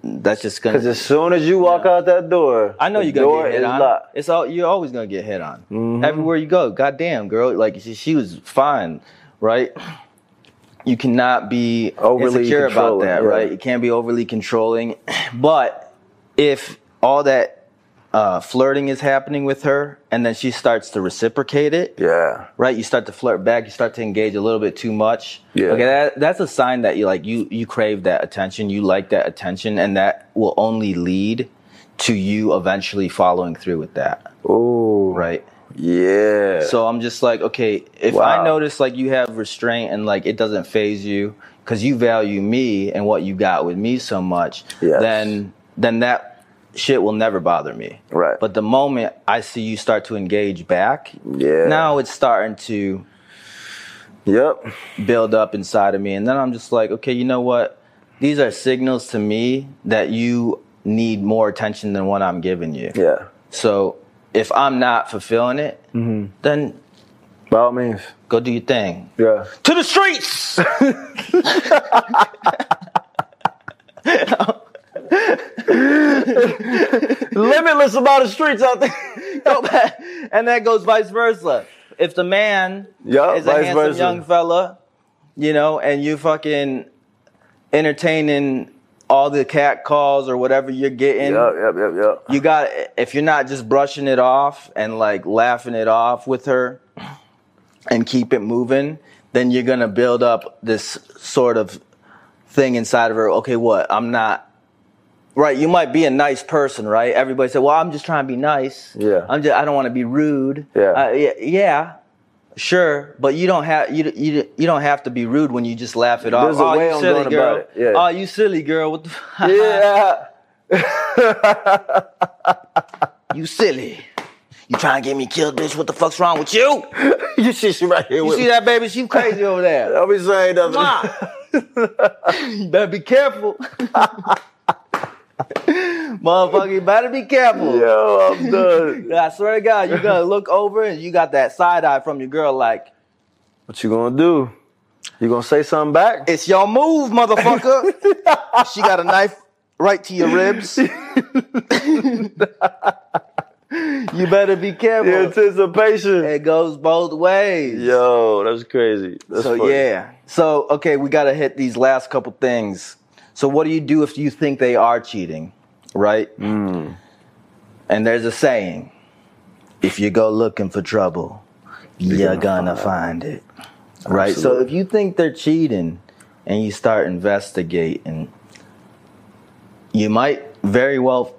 Speaker 1: That's just gonna.
Speaker 2: Because as soon as you walk out that door,
Speaker 1: I know
Speaker 2: the
Speaker 1: you're gonna
Speaker 2: door
Speaker 1: get hit
Speaker 2: is
Speaker 1: on.
Speaker 2: locked. Mm-hmm.
Speaker 1: It's all you're always gonna get hit on. Everywhere you go, goddamn girl, like she, she was fine, right? You cannot be
Speaker 2: Overly
Speaker 1: insecure about
Speaker 2: controlling,
Speaker 1: that,
Speaker 2: yeah.
Speaker 1: right? You can't be overly controlling. But if all that uh, flirting is happening with her, and then she starts to reciprocate it,
Speaker 2: Yeah.
Speaker 1: right? You start to flirt back. You start to engage a little bit too much.
Speaker 2: Yeah.
Speaker 1: Okay, that, that's a sign that you like you you crave that attention. You like that attention, and that will only lead to you eventually following through with that,
Speaker 2: Ooh.
Speaker 1: right?
Speaker 2: Yeah.
Speaker 1: So I'm just like, okay, if
Speaker 2: Wow.
Speaker 1: I notice like you have restraint and like it doesn't phase you because you value me and what you got with me so much,
Speaker 2: Yes.
Speaker 1: then then that shit will never bother me.
Speaker 2: Right.
Speaker 1: But the moment I see you start to engage back,
Speaker 2: Yeah.
Speaker 1: now it's starting to
Speaker 2: Yep.
Speaker 1: build up inside of me. And then I'm just like, okay, you know what? These are signals to me that you need more attention than what I'm giving you.
Speaker 2: Yeah.
Speaker 1: So if I'm not fulfilling it,
Speaker 2: Mm-hmm.
Speaker 1: then
Speaker 2: By all means.
Speaker 1: go do your thing.
Speaker 2: Yeah.
Speaker 1: To the streets!
Speaker 2: Limitless about the streets out there.
Speaker 1: Go back. and that goes vice versa. If the man
Speaker 2: Yeah,
Speaker 1: is a
Speaker 2: Oh, vice
Speaker 1: handsome
Speaker 2: versa.
Speaker 1: young fella, you know, and you fucking entertaining all the cat calls or whatever you're getting,
Speaker 2: yep. Yep. Yep. Yep.
Speaker 1: you got if you're not just brushing it off and like laughing it off with her and keep it moving then you're gonna build up this sort of thing inside of her okay what i'm not right you might be a nice person right everybody said well i'm just trying to be nice
Speaker 2: Yeah.
Speaker 1: i'm just i don't want to be rude
Speaker 2: Yeah.
Speaker 1: Uh, yeah, yeah sure but you don't have you, you you don't have to be rude when you just laugh it off
Speaker 2: There's a
Speaker 1: oh
Speaker 2: way
Speaker 1: you
Speaker 2: I'm
Speaker 1: silly
Speaker 2: going
Speaker 1: girl
Speaker 2: about it. Yeah.
Speaker 1: oh you silly girl what the
Speaker 2: Yeah.
Speaker 1: You silly. You trying to get me killed, bitch. What the fuck's wrong with you?
Speaker 2: you see, she right here
Speaker 1: You
Speaker 2: with
Speaker 1: see
Speaker 2: me.
Speaker 1: that, baby? She crazy over there.
Speaker 2: I'll be saying nothing.
Speaker 1: Mwah. you better be careful. Motherfucker, you better be careful.
Speaker 2: Yo, I'm done.
Speaker 1: I swear to God, you gonna look over and you got that side eye from your girl like,
Speaker 2: what you gonna do? You gonna say something back?
Speaker 1: it's your move, motherfucker. she got a knife right to your ribs. you better be
Speaker 2: The
Speaker 1: careful.
Speaker 2: anticipation.
Speaker 1: It goes both ways.
Speaker 2: Yo, that's crazy. That's
Speaker 1: so
Speaker 2: funny.
Speaker 1: yeah. So okay, we gotta hit these last couple things. So what do you do if you think they are cheating, right? And there's a saying: if you go looking for trouble, you're, gonna, find it, right? So
Speaker 2: Absolutely.
Speaker 1: if you think they're cheating, and you start investigating, you might very well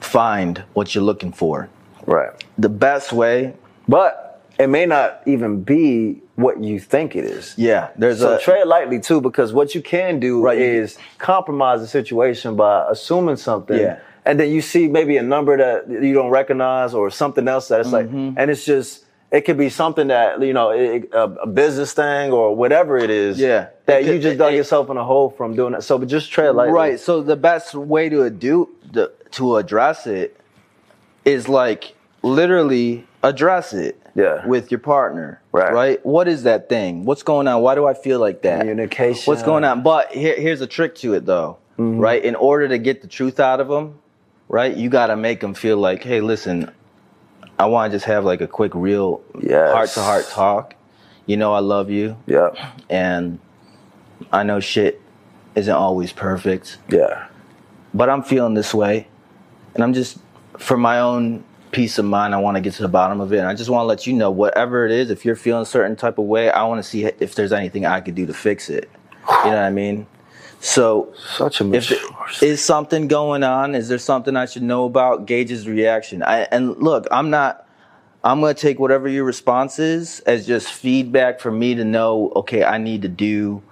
Speaker 1: find what you're looking for.
Speaker 2: Right.
Speaker 1: The best way,
Speaker 2: But it may not even be what you think it is.
Speaker 1: yeah. There's
Speaker 2: So
Speaker 1: a
Speaker 2: tread lightly too, because what you can do
Speaker 1: Right, you-
Speaker 2: is compromise the situation by assuming something,
Speaker 1: Yeah.
Speaker 2: and then you see maybe a number that you don't recognize or something else that it's
Speaker 1: Mm-hmm.
Speaker 2: like, and it's just it could be something that you know it, a, a business thing or whatever it is,
Speaker 1: Yeah.
Speaker 2: that
Speaker 1: It
Speaker 2: you
Speaker 1: could-
Speaker 2: just dug
Speaker 1: it-
Speaker 2: yourself in a hole from doing that. So, but just tread lightly,
Speaker 1: Right. So the best way to do the, to address it is like literally address it.
Speaker 2: Yeah.
Speaker 1: With your partner.
Speaker 2: Right.
Speaker 1: Right. What is that thing? What's going on? Why do I feel like that?
Speaker 2: Communication.
Speaker 1: What's going on? But here, here's a trick to it though.
Speaker 2: Mm-hmm.
Speaker 1: Right. In order to get the truth out of them, right, you got to make them feel like, hey, listen, I want to just have like a quick, real,
Speaker 2: Yes.
Speaker 1: heart to heart talk. You know, I love you,
Speaker 2: Yeah,
Speaker 1: and I know shit isn't always perfect
Speaker 2: yeah,
Speaker 1: but I'm feeling this way. And I'm just, for my own peace of mind, I want to get to the bottom of it. And I just want to let you know, whatever it is, if you're feeling a certain type of way, I want to see if there's anything I could do to fix it. You know what I mean? So,
Speaker 2: such a
Speaker 1: if
Speaker 2: mature.
Speaker 1: it, is something going on? Is there something I should know about? Gage's reaction. I, and look, I'm not. I'm gonna take whatever your response is as just feedback for me to know. Okay, I need to do.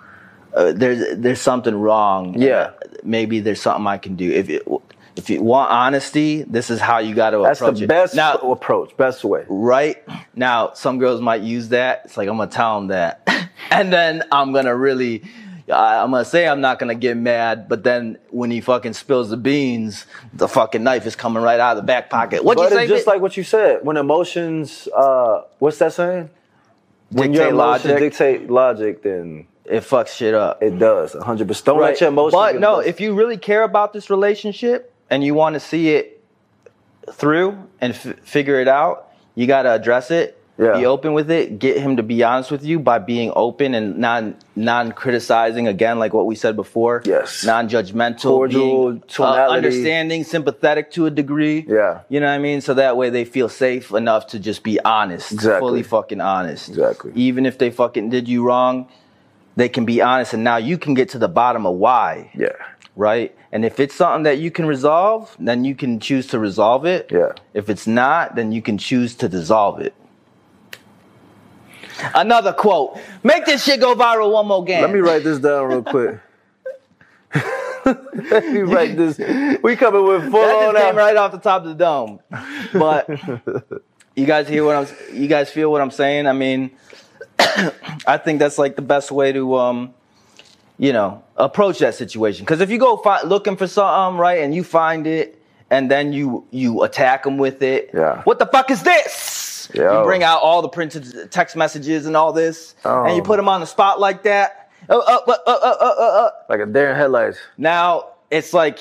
Speaker 1: Uh, there's there's something wrong.
Speaker 2: Yeah.
Speaker 1: maybe there's something I can do. If it, if you want honesty, this is how you got to
Speaker 2: That's
Speaker 1: approach
Speaker 2: the
Speaker 1: it.
Speaker 2: best
Speaker 1: now,
Speaker 2: approach, best way.
Speaker 1: right now some girls might use that it's like i'm gonna tell them that and then i'm gonna really I- i'm gonna say i'm not gonna get mad but then when he fucking spills the beans the fucking knife is coming right out of the back pocket what you
Speaker 2: But
Speaker 1: say
Speaker 2: it's just
Speaker 1: bi-
Speaker 2: like what you said. When emotions, uh, what's that saying? When your
Speaker 1: dictate
Speaker 2: emotions
Speaker 1: logic
Speaker 2: dictate logic, then
Speaker 1: it fucks shit up
Speaker 2: it does 100. percent Don't let your emotions.
Speaker 1: but
Speaker 2: get
Speaker 1: no,
Speaker 2: the best-
Speaker 1: if you really care about this relationship and you want to see it through and f- figure it out, you got to address it.
Speaker 2: Yeah.
Speaker 1: Be open with it. Get him to be honest with you by being open and non non criticizing. Again, like what we said before.
Speaker 2: Yes.
Speaker 1: Non judgmental,
Speaker 2: Cordial,
Speaker 1: being, uh,
Speaker 2: tonality.
Speaker 1: understanding, sympathetic to a degree.
Speaker 2: Yeah.
Speaker 1: You know what I mean? So that way they feel safe enough to just be honest,
Speaker 2: Exactly.
Speaker 1: fully fucking honest.
Speaker 2: Exactly.
Speaker 1: Even if they fucking did you wrong, they can be honest and now you can get to the bottom of why
Speaker 2: yeah,
Speaker 1: right and if it's something that you can resolve then you can choose to resolve it
Speaker 2: Yeah.
Speaker 1: if it's not then you can choose to dissolve it another quote make this shit go viral one more game
Speaker 2: let me write this down real quick. let me write this. We coming with full
Speaker 1: that
Speaker 2: on
Speaker 1: just came
Speaker 2: out.
Speaker 1: right off the top of the dome but you guys hear what i'm you guys feel what i'm saying i mean i think that's like the best way to um you know approach that situation because if you go fi- looking for something right and you find it and then you you attack them with it
Speaker 2: Yeah.
Speaker 1: what the fuck is this
Speaker 2: Yo.
Speaker 1: you bring out all the printed text messages and all this and you
Speaker 2: Oh.
Speaker 1: put them on the spot like that uh, uh, uh, uh, uh, uh, uh, uh.
Speaker 2: Like a Darren headlights.
Speaker 1: Now it's like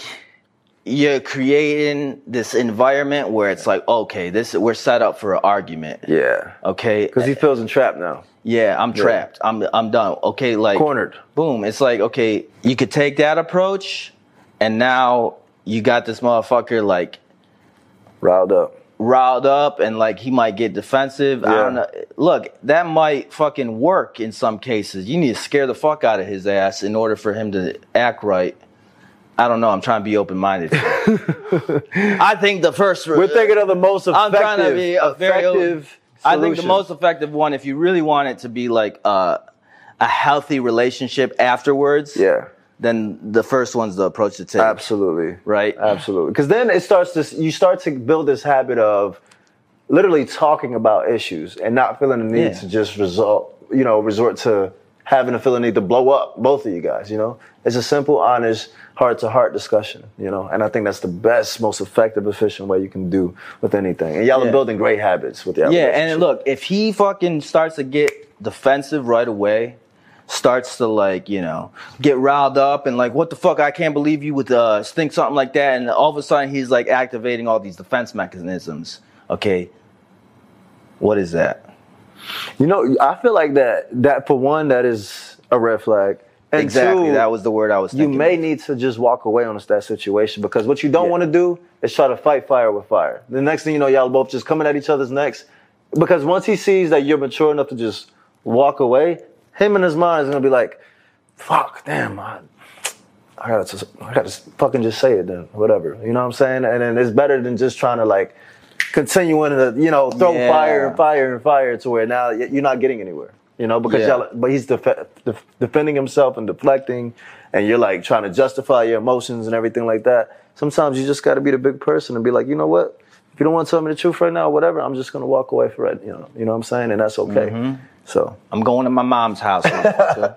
Speaker 1: you're creating this environment where it's like, okay, this we're set up for an argument.
Speaker 2: Yeah,
Speaker 1: Okay.
Speaker 2: because he feels entrapped now,
Speaker 1: yeah, I'm trapped. I'm I'm done. Okay, like
Speaker 2: cornered.
Speaker 1: boom. It's like, okay, you could take that approach and now you got this motherfucker like
Speaker 2: riled up.
Speaker 1: riled up and like he might get defensive. I
Speaker 2: Yeah.
Speaker 1: don't know. Look, that might fucking work in some cases. You need to scare the fuck out of his ass in order for him to act right. I don't know. I'm trying to be open minded. I think the first.
Speaker 2: We're thinking of the most effective.
Speaker 1: I'm trying to be a very.
Speaker 2: effective
Speaker 1: I think the
Speaker 2: solution.
Speaker 1: most effective one, if you really want it to be like uh, a healthy relationship afterwards,
Speaker 2: Yeah,
Speaker 1: then the first one's the approach to take.
Speaker 2: absolutely.
Speaker 1: Right?
Speaker 2: Absolutely. Because then it starts to, you start to build this habit of literally talking about issues and not feeling the need
Speaker 1: Yeah.
Speaker 2: to just result, you know, resort to having to feel the need to blow up both of you guys, you know? It's a simple, honest, heart to heart discussion, you know? And I think that's the best, most effective, efficient way you can do with anything. And y'all
Speaker 1: Yeah.
Speaker 2: are building great habits with y'all.
Speaker 1: Yeah, and look, if he fucking starts to get defensive right away, starts to like you know get riled up and like what the fuck I can't believe you would uh, think something like that, and all of a sudden he's like activating all these defense mechanisms. Okay, what is that?
Speaker 2: You know, I feel like that that for one, that is a red flag. And
Speaker 1: exactly,
Speaker 2: two,
Speaker 1: that was the word I was.
Speaker 2: you
Speaker 1: Thinking
Speaker 2: may
Speaker 1: of.
Speaker 2: need to just walk away on that situation because what you don't want to do is try to fight fire with fire. The next thing you know, y'all both just coming at each other's necks because once he sees that you're mature enough to just walk away, him in his mind is gonna be like, "Fuck, damn, I, I gotta, just, I gotta just fucking just say it then, whatever." You know what I'm saying? And then it's better than just trying to like continue in the, you know, throw
Speaker 1: Yeah.
Speaker 2: fire and fire and fire to where now y- you're not getting anywhere. You know, because
Speaker 1: Yeah.
Speaker 2: y'all, but he's def- def- defending himself and deflecting, and you're like trying to justify your emotions and everything like that. Sometimes you just got to be the big person and be like, you know what? If you don't want to tell me the truth right now, whatever, I'm just gonna walk away for it. You know, you know what I'm saying, and that's okay.
Speaker 1: Mm-hmm.
Speaker 2: So
Speaker 1: I'm going to my mom's house. motherfucker.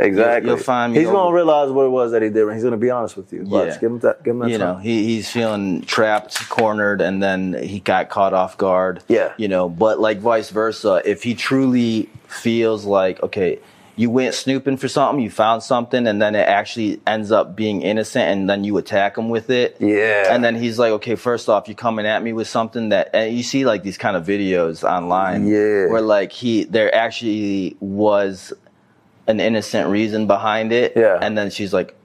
Speaker 2: exactly,
Speaker 1: You'll- you'll find me
Speaker 2: He's gonna
Speaker 1: over-
Speaker 2: realize what it was that he did, and he's gonna be honest with you.
Speaker 1: Yeah.
Speaker 2: Yeah. give him that. Give him that.
Speaker 1: you know,
Speaker 2: time.
Speaker 1: he, he's feeling trapped, cornered, and then he got caught off guard.
Speaker 2: Yeah.
Speaker 1: You know, but like vice versa, if he truly feels like, okay, you went snooping for something, you found something, and then it actually ends up being innocent, and then you attack him with it.
Speaker 2: Yeah.
Speaker 1: And then he's like, okay, first off, you're coming at me with something that, and you see like these kind of videos online.
Speaker 2: Yeah.
Speaker 1: Where like he, there actually was an innocent reason behind it.
Speaker 2: Yeah.
Speaker 1: And then she's like,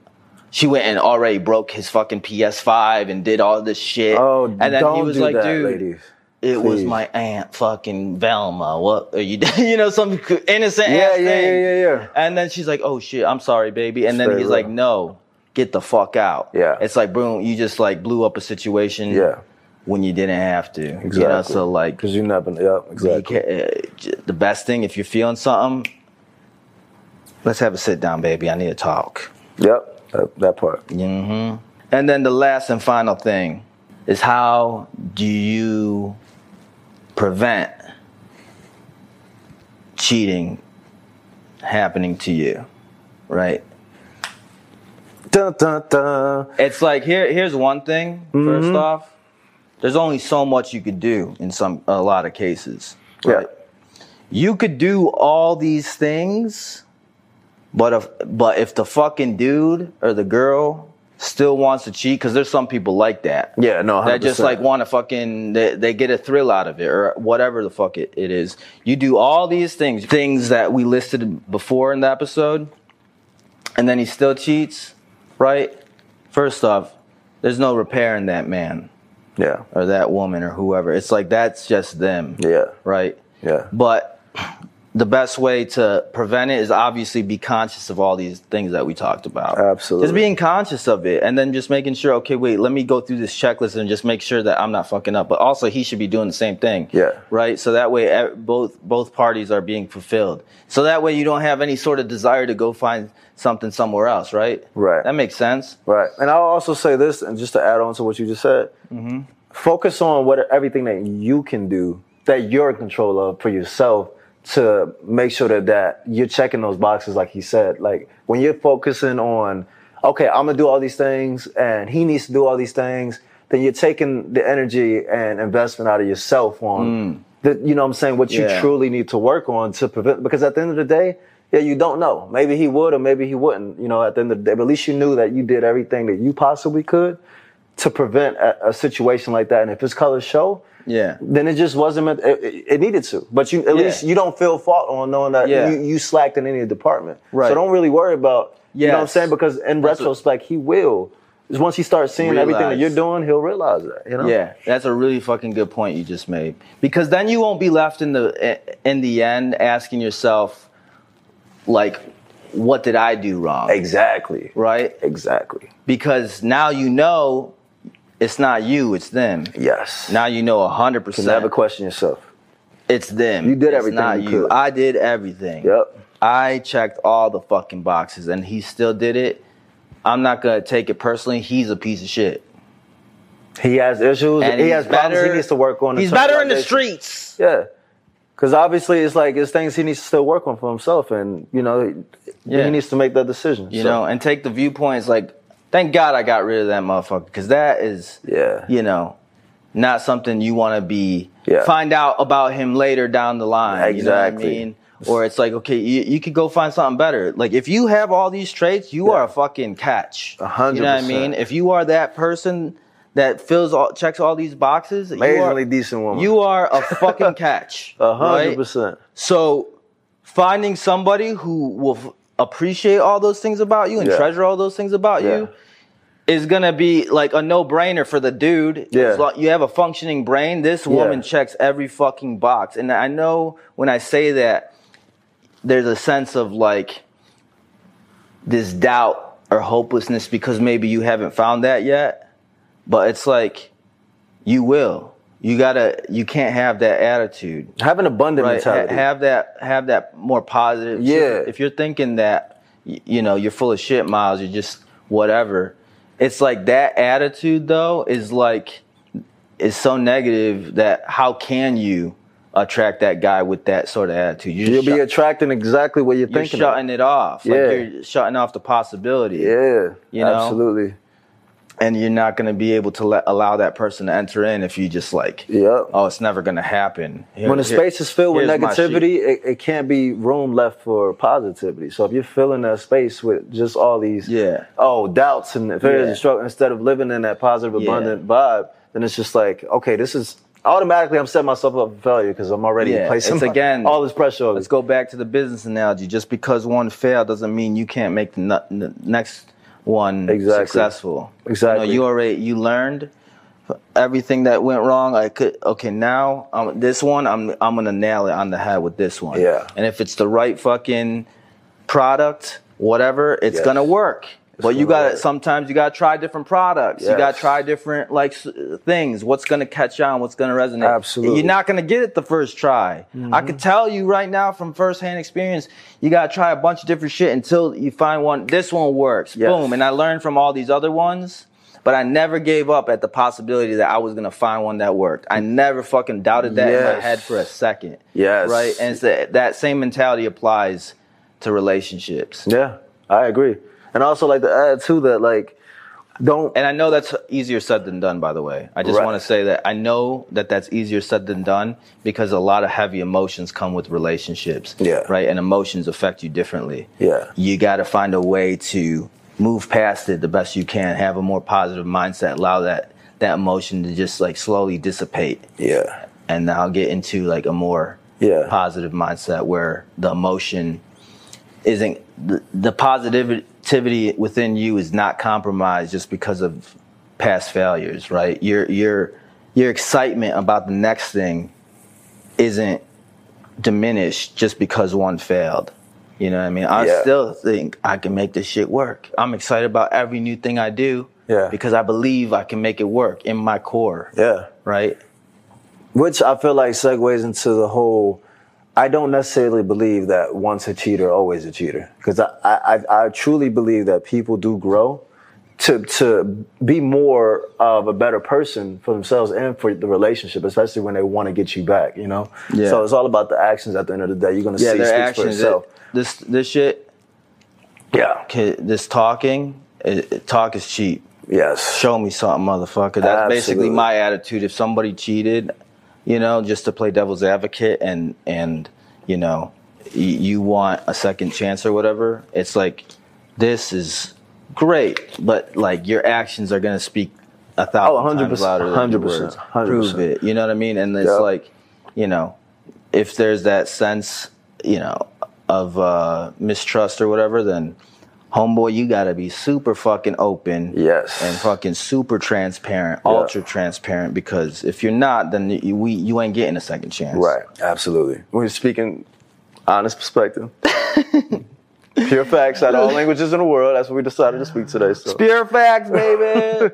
Speaker 1: she went and already broke his fucking PS5 and did all this shit.
Speaker 2: Oh,
Speaker 1: and then
Speaker 2: don't
Speaker 1: he was
Speaker 2: do
Speaker 1: like,
Speaker 2: that,
Speaker 1: dude,
Speaker 2: ladies.
Speaker 1: it was
Speaker 2: Please.
Speaker 1: my aunt fucking Velma. What are you doing? You know, some c- innocent
Speaker 2: Yeah,
Speaker 1: ass
Speaker 2: yeah,
Speaker 1: thing.
Speaker 2: yeah, yeah, yeah.
Speaker 1: And then she's like, oh shit, I'm sorry, baby. And then
Speaker 2: very
Speaker 1: he's like,
Speaker 2: real.
Speaker 1: no, get the fuck out.
Speaker 2: Yeah.
Speaker 1: It's like, boom, you just like blew up a situation
Speaker 2: Yeah.
Speaker 1: when you didn't have to. Exactly. You know,
Speaker 2: Exactly.
Speaker 1: so like,
Speaker 2: because you never. Yeah,
Speaker 1: you
Speaker 2: exactly.
Speaker 1: ca- uh, j- the best thing, if you're feeling something, let's have a sit down, baby. I need to talk.
Speaker 2: Yep, that, that part.
Speaker 1: hmm And then the last and final thing is how do you prevent cheating happening to you, right?
Speaker 2: Dun, dun, dun.
Speaker 1: It's like here here's one thing. First off, there's only so much you could do in some a lot of cases. Right? You could do all these things, but if but if the fucking dude or the girl still wants to cheat, because there's some people like that.
Speaker 2: Yeah, no,
Speaker 1: That just
Speaker 2: 100%.
Speaker 1: like want to fucking they, they get a thrill out of it or whatever the fuck it, it is. You do all these things, things that we listed before in the episode, and then he still cheats, right? First off, there's no repairing that man
Speaker 2: Yeah,
Speaker 1: or that woman or whoever. It's like that's just them.
Speaker 2: Yeah.
Speaker 1: Right?
Speaker 2: yeah.
Speaker 1: But the best way to prevent it is obviously be conscious of all these things that we talked about.
Speaker 2: Absolutely.
Speaker 1: Just being conscious of it and then just making sure, okay, wait, let me go through this checklist and just make sure that I'm not fucking up. But also he should be doing the same thing.
Speaker 2: Yeah.
Speaker 1: Right? So that way eh, both both parties are being fulfilled. So that way you don't have any sort of desire to go find something somewhere else, right?
Speaker 2: Right.
Speaker 1: That makes sense.
Speaker 2: Right. And I'll also say this, and just to add on to what you just said, focus on what everything that you can do that you're in control of for yourself to make sure that, that you're checking those boxes, like he said. Like when you're focusing on, okay, I'm gonna do all these things and he needs to do all these things, then you're taking the energy and investment out of yourself on the you know what I'm saying, what you
Speaker 1: Yeah.
Speaker 2: truly need to work on to prevent because at the end of the day, yeah, you don't know. Maybe he would or maybe he wouldn't, you know, at the end of the day. But at least you knew that you did everything that you possibly could to prevent a, a situation like that. And if it's color show,
Speaker 1: Yeah.
Speaker 2: then it just wasn't meant. It, it- it needed to, but you at
Speaker 1: Yeah.
Speaker 2: least you don't feel fault on knowing that
Speaker 1: Yeah.
Speaker 2: you, you slacked in any department.
Speaker 1: Right.
Speaker 2: So don't really worry about. You know what I'm
Speaker 1: Yes.
Speaker 2: saying? Because in
Speaker 1: That's what-
Speaker 2: retrospect, he will. 'Cause Once he starts seeing everything that
Speaker 1: Realize.
Speaker 2: you're doing, he'll realize that. You know?
Speaker 1: Yeah, that's a really fucking good point you just made. Because then you won't be left in the in the end asking yourself, like, what did I do wrong?
Speaker 2: Exactly.
Speaker 1: Right?
Speaker 2: Exactly.
Speaker 1: Because now you know it's not you, it's them.
Speaker 2: Yes.
Speaker 1: Now you know hundred
Speaker 2: never
Speaker 1: percent
Speaker 2: question yourself.
Speaker 1: it's them.
Speaker 2: You did
Speaker 1: It's
Speaker 2: everything
Speaker 1: not
Speaker 2: you could.
Speaker 1: I did everything.
Speaker 2: Yep.
Speaker 1: I checked all the fucking boxes, and he still did it. I'm not gonna take it personally. He's a piece of shit.
Speaker 2: He has issues.
Speaker 1: And
Speaker 2: he
Speaker 1: he's
Speaker 2: has problems.
Speaker 1: better-
Speaker 2: he needs to work on.
Speaker 1: He's better in the
Speaker 2: street.
Speaker 1: streets.
Speaker 2: Yeah. Because obviously, it's like it's things he needs to still work on for himself, and you know,
Speaker 1: Yeah.
Speaker 2: he needs to make that decision.
Speaker 1: you
Speaker 2: So,
Speaker 1: know, and take the viewpoints like, thank God I got rid of that motherfucker because that is,
Speaker 2: Yeah.
Speaker 1: you know, not something you want to be
Speaker 2: Yeah.
Speaker 1: find out about him later down the line. You know what I
Speaker 2: Exactly.
Speaker 1: mean? or it's like okay you, you could go find something better like if you have all these traits you are a fucking catch
Speaker 2: A hundred
Speaker 1: you know what i
Speaker 2: percent.
Speaker 1: mean if you are that person that fills all checks all these boxes
Speaker 2: Amazingly
Speaker 1: you are,
Speaker 2: decent woman.
Speaker 1: you are a fucking catch
Speaker 2: a hundred
Speaker 1: right?
Speaker 2: percent.
Speaker 1: So finding somebody who will f- appreciate all those things about you and
Speaker 2: Yeah.
Speaker 1: treasure all those things about
Speaker 2: Yeah.
Speaker 1: you is gonna be like a no-brainer for the dude.
Speaker 2: Yeah.
Speaker 1: As long- you have a functioning brain. This woman checks every fucking box. And I know when I say that, there's a sense of like this doubt or hopelessness because maybe you haven't found that yet. But it's like you will. You gotta. You can't have that attitude
Speaker 2: Have an abundant
Speaker 1: right, ha-
Speaker 2: mentality.
Speaker 1: have that have that more positive
Speaker 2: Yeah.
Speaker 1: if you're thinking that y- you know you're full of shit miles you're just whatever it's like that attitude though is like is so negative that how can you attract that guy with that sort of attitude you're,
Speaker 2: You'll
Speaker 1: shut-
Speaker 2: be attracting exactly what you're,
Speaker 1: you're
Speaker 2: thinking. of.
Speaker 1: shutting it off
Speaker 2: Yeah.
Speaker 1: like you're shutting off the possibility
Speaker 2: Yeah,
Speaker 1: You know?
Speaker 2: absolutely.
Speaker 1: and you're not going to be able to let allow that person to enter in if you just like
Speaker 2: Yep.
Speaker 1: oh it's never going to happen Here-
Speaker 2: when the
Speaker 1: here-
Speaker 2: space is filled with
Speaker 1: here's my shit.
Speaker 2: negativity, it, it can't be room left for positivity. So if you're filling that space with just all these
Speaker 1: Yeah.
Speaker 2: oh doubts and fears
Speaker 1: Yeah.
Speaker 2: and struggle, instead of living in that positive,
Speaker 1: Yeah.
Speaker 2: abundant vibe, then it's just like okay, this is automatically I'm setting myself up for failure because I'm already
Speaker 1: Yeah,
Speaker 2: placing
Speaker 1: it's
Speaker 2: my-
Speaker 1: again-
Speaker 2: all this pressure on me.
Speaker 1: Let's go back to the business analogy. Just because one failed doesn't mean you can't make the, nu- the next one
Speaker 2: Exactly.
Speaker 1: successful.
Speaker 2: Exactly.
Speaker 1: You, know, you already you learned everything that went wrong. I could okay now um, this one I'm I'm gonna nail it on the head with this one.
Speaker 2: Yeah.
Speaker 1: And if it's the right fucking product, whatever, it's
Speaker 2: Yes.
Speaker 1: gonna work. but you
Speaker 2: gonna
Speaker 1: gotta
Speaker 2: work.
Speaker 1: sometimes you gotta try different products. You
Speaker 2: Yes.
Speaker 1: gotta try different like s- things. What's gonna catch on? What's gonna resonate?
Speaker 2: Absolutely.
Speaker 1: You're not not gonna get it the first try. I
Speaker 2: Mm-hmm.
Speaker 1: can tell you right now from firsthand experience, you gotta try a bunch of different shit until you find one. This one works.
Speaker 2: Yes.
Speaker 1: Boom. And I learned from all these other ones, but I never gave up at the possibility that I was gonna find one that worked. I never fucking doubted that in my
Speaker 2: Yes.
Speaker 1: head for a second.
Speaker 2: Yes.
Speaker 1: Right? And it's that, that same mentality applies to relationships.
Speaker 2: Yeah, I agree. And I also like to add too that like don't
Speaker 1: and I know that's easier said than done, by the way. I just
Speaker 2: Right.
Speaker 1: want to say that I know that that's easier said than done because a lot of heavy emotions come with relationships.
Speaker 2: Yeah.
Speaker 1: Right? And emotions affect you differently.
Speaker 2: Yeah.
Speaker 1: You got to find a way to move past it the best you can, have a more positive mindset, allow that, that emotion to just like slowly dissipate.
Speaker 2: yeah
Speaker 1: And now get into like a more
Speaker 2: Yeah.
Speaker 1: positive mindset where the emotion isn't the, the positivity within you is not compromised just because of past failures, right? Your your your excitement about the next thing isn't diminished just because one failed. You know what I mean? I
Speaker 2: Yeah.
Speaker 1: still think I can make this shit work. I'm excited about every new thing I do
Speaker 2: Yeah.
Speaker 1: because I believe I can make it work in my core,
Speaker 2: yeah
Speaker 1: right?
Speaker 2: Which I feel like segues into the whole. I don't necessarily believe that once a cheater, always a cheater, because I, I I- I truly believe that people do grow to to be more of a better person for themselves and for the relationship, especially when they want to get you back. You know,
Speaker 1: Yeah.
Speaker 2: so it's all about the actions. At the end of the day, you're gonna see
Speaker 1: their
Speaker 2: speaks for
Speaker 1: actions.
Speaker 2: itself.
Speaker 1: This this shit,
Speaker 2: yeah.
Speaker 1: ca- this talking, it, it- talk is cheap.
Speaker 2: Yes.
Speaker 1: show me something, motherfucker. That's basically
Speaker 2: Absolutely.
Speaker 1: my attitude. If somebody cheated, you know, just to play devil's advocate and and you know, y- you want a second chance or whatever, it's like this is great, but like your actions are gonna speak a thousand
Speaker 2: Oh, 100%,
Speaker 1: times louder than your
Speaker 2: 100%,
Speaker 1: words.
Speaker 2: 100%.
Speaker 1: Prove it. You know what I mean? And it's
Speaker 2: Yep.
Speaker 1: like, you know, if there's that sense, you know, of uh, mistrust or whatever, then homeboy, you gotta be super fucking open
Speaker 2: Yes.
Speaker 1: and fucking super transparent, ultra transparent. Because if you're not, then you, we you ain't getting a second chance.
Speaker 2: Right. Absolutely. We're speaking honest perspective. Pure facts out of all languages in the world. That's what we decided to speak today. So.
Speaker 1: Pure facts, baby.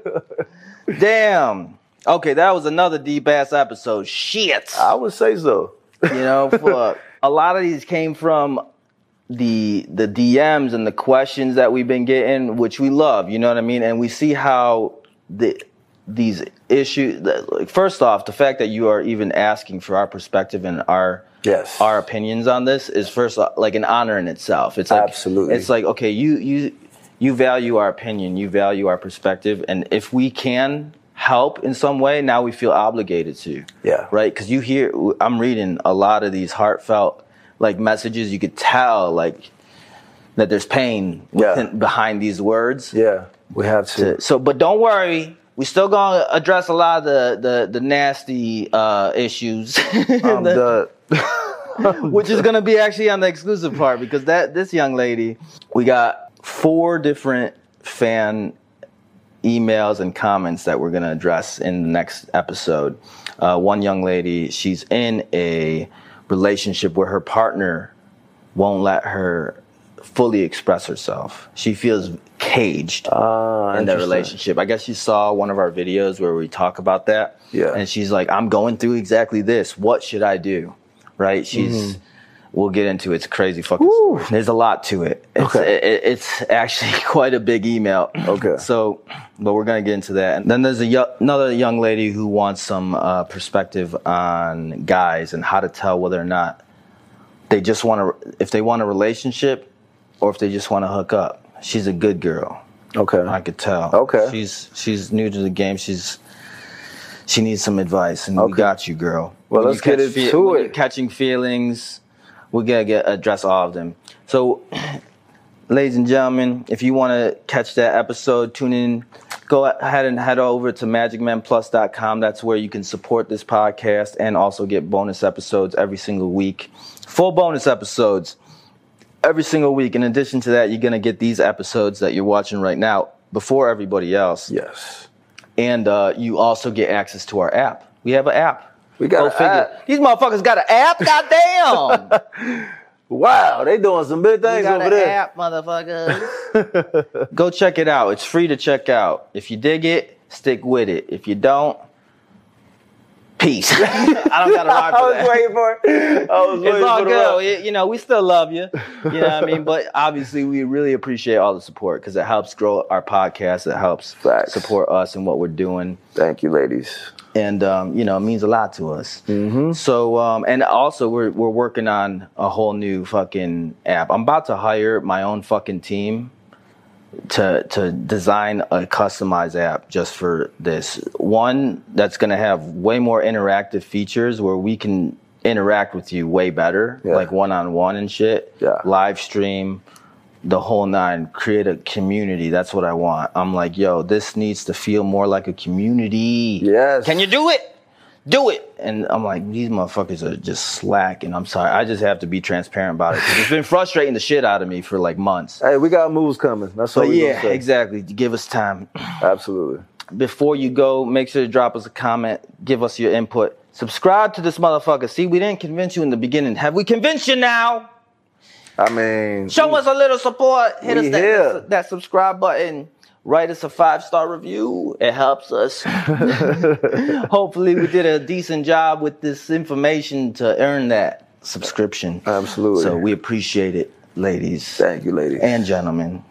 Speaker 1: Damn. Okay, that was another deep ass episode. Shit.
Speaker 2: I would say so.
Speaker 1: You know, fuck. A lot of these came from the the DMs and the questions that we've been getting, which we love. You know what I mean? And we see how the these issues. the- like, First off, the fact that you are even asking for our perspective and our
Speaker 2: Yes.
Speaker 1: our opinions on this is first uh, like an honor in itself. It's like
Speaker 2: Absolutely.
Speaker 1: It's like okay, you you you value our opinion, you value our perspective, and if we can help in some way, now we feel obligated to.
Speaker 2: Yeah.
Speaker 1: Right? Because you hear, I'm reading a lot of these heartfelt like messages, you could tell like that there's pain
Speaker 2: Yeah.
Speaker 1: within, behind these words.
Speaker 2: Yeah, we have to.
Speaker 1: So, but don't worry. We still gonna address a lot of the the, the nasty uh, issues,
Speaker 2: Um, the,
Speaker 1: which is gonna be actually on the exclusive part because that this young lady, we got four different fan emails and comments that we're gonna address in the next episode. Uh, one young lady, she's in a relationship where her partner won't let her fully express herself. She feels caged
Speaker 2: Ah,
Speaker 1: in their
Speaker 2: interesting.
Speaker 1: relationship. I guess she saw one of our videos where we talk about that.
Speaker 2: Yeah.
Speaker 1: And she's like, I'm going through exactly this. What should I do? Right? She's,
Speaker 2: Mm-hmm.
Speaker 1: we'll get into it. It's a crazy fucking story. There's a lot to it. It's,
Speaker 2: Okay.
Speaker 1: it- it- it's actually quite a big email.
Speaker 2: Okay.
Speaker 1: So, but we're going to get into that. And then there's a yo- another young lady who wants some uh, perspective on guys and how to tell whether or not they just want to, if they want a relationship or if they just want to hook up. She's a good girl.
Speaker 2: Okay.
Speaker 1: I could tell.
Speaker 2: Okay.
Speaker 1: She's she's new to the game. She's she needs some advice, and we
Speaker 2: Okay.
Speaker 1: got you, girl.
Speaker 2: Well,
Speaker 1: When
Speaker 2: let's
Speaker 1: you
Speaker 2: get
Speaker 1: catch
Speaker 2: into
Speaker 1: when
Speaker 2: it.
Speaker 1: you're catching feelings, we're gonna get address all of them. So, ladies and gentlemen, if you want to catch that episode, tune in. Go ahead and head over to magicmanplus.com. That's where you can support this podcast and also get bonus episodes every single week. Full bonus episodes every single week. In addition to that, you're going to get these episodes that you're watching right now before everybody else.
Speaker 2: yes.
Speaker 1: And uh, you also get access to our app. We have an app.
Speaker 2: We got
Speaker 1: Go
Speaker 2: an
Speaker 1: figure.
Speaker 2: app.
Speaker 1: These motherfuckers got an app? Goddamn.
Speaker 2: Wow, they doing some big
Speaker 1: we
Speaker 2: things
Speaker 1: got
Speaker 2: over
Speaker 1: an
Speaker 2: there.
Speaker 1: app, motherfuckers. Go check it out. It's free to check out. If you dig it, stick with it. If you don't, peace. I don't got to rhyme
Speaker 2: I
Speaker 1: for
Speaker 2: was
Speaker 1: that.
Speaker 2: waiting for it. I was waiting
Speaker 1: It's all
Speaker 2: for the
Speaker 1: good.
Speaker 2: rock.
Speaker 1: We- you know, we still love you. You know what I mean? But obviously, we really appreciate all the support because it helps grow our podcast. It helps
Speaker 2: Facts.
Speaker 1: support us and what we're doing.
Speaker 2: Thank you, ladies.
Speaker 1: And, um, you know, it means a lot to us.
Speaker 2: Mm-hmm.
Speaker 1: So, um, and also, we're, we're working on a whole new fucking app. I'm about to hire my own fucking team. To, to design a customized app just for this one that's going to have way more interactive features where we can interact with you way better
Speaker 2: Yeah.
Speaker 1: like one on one and shit.
Speaker 2: Yeah.
Speaker 1: Live stream, the whole nine. Create a community. That's what I want. I'm like, yo, this needs to feel more like a community.
Speaker 2: Yes.
Speaker 1: Can you do it? Do it. And I'm like, these motherfuckers are just slack. And I'm sorry. I just have to be transparent about it. 'cause It's been frustrating the shit out of me for like months.
Speaker 2: Hey, we got moves coming. That's all
Speaker 1: But
Speaker 2: we
Speaker 1: yeah,
Speaker 2: gonna say.
Speaker 1: exactly. Give us time.
Speaker 2: Absolutely.
Speaker 1: Before you go, make sure to drop us a comment. Give us your input. Subscribe to this motherfucker. See, we didn't convince you in the beginning. Have we convinced you now?
Speaker 2: I mean,
Speaker 1: Show us a little support. Hit
Speaker 2: We
Speaker 1: us that,
Speaker 2: here.
Speaker 1: that, subscribe button. Write us a five star review. It helps us. Hopefully, we did a decent job with this information to earn that subscription.
Speaker 2: Absolutely.
Speaker 1: So we appreciate it, ladies
Speaker 2: thank you, ladies.
Speaker 1: and gentlemen.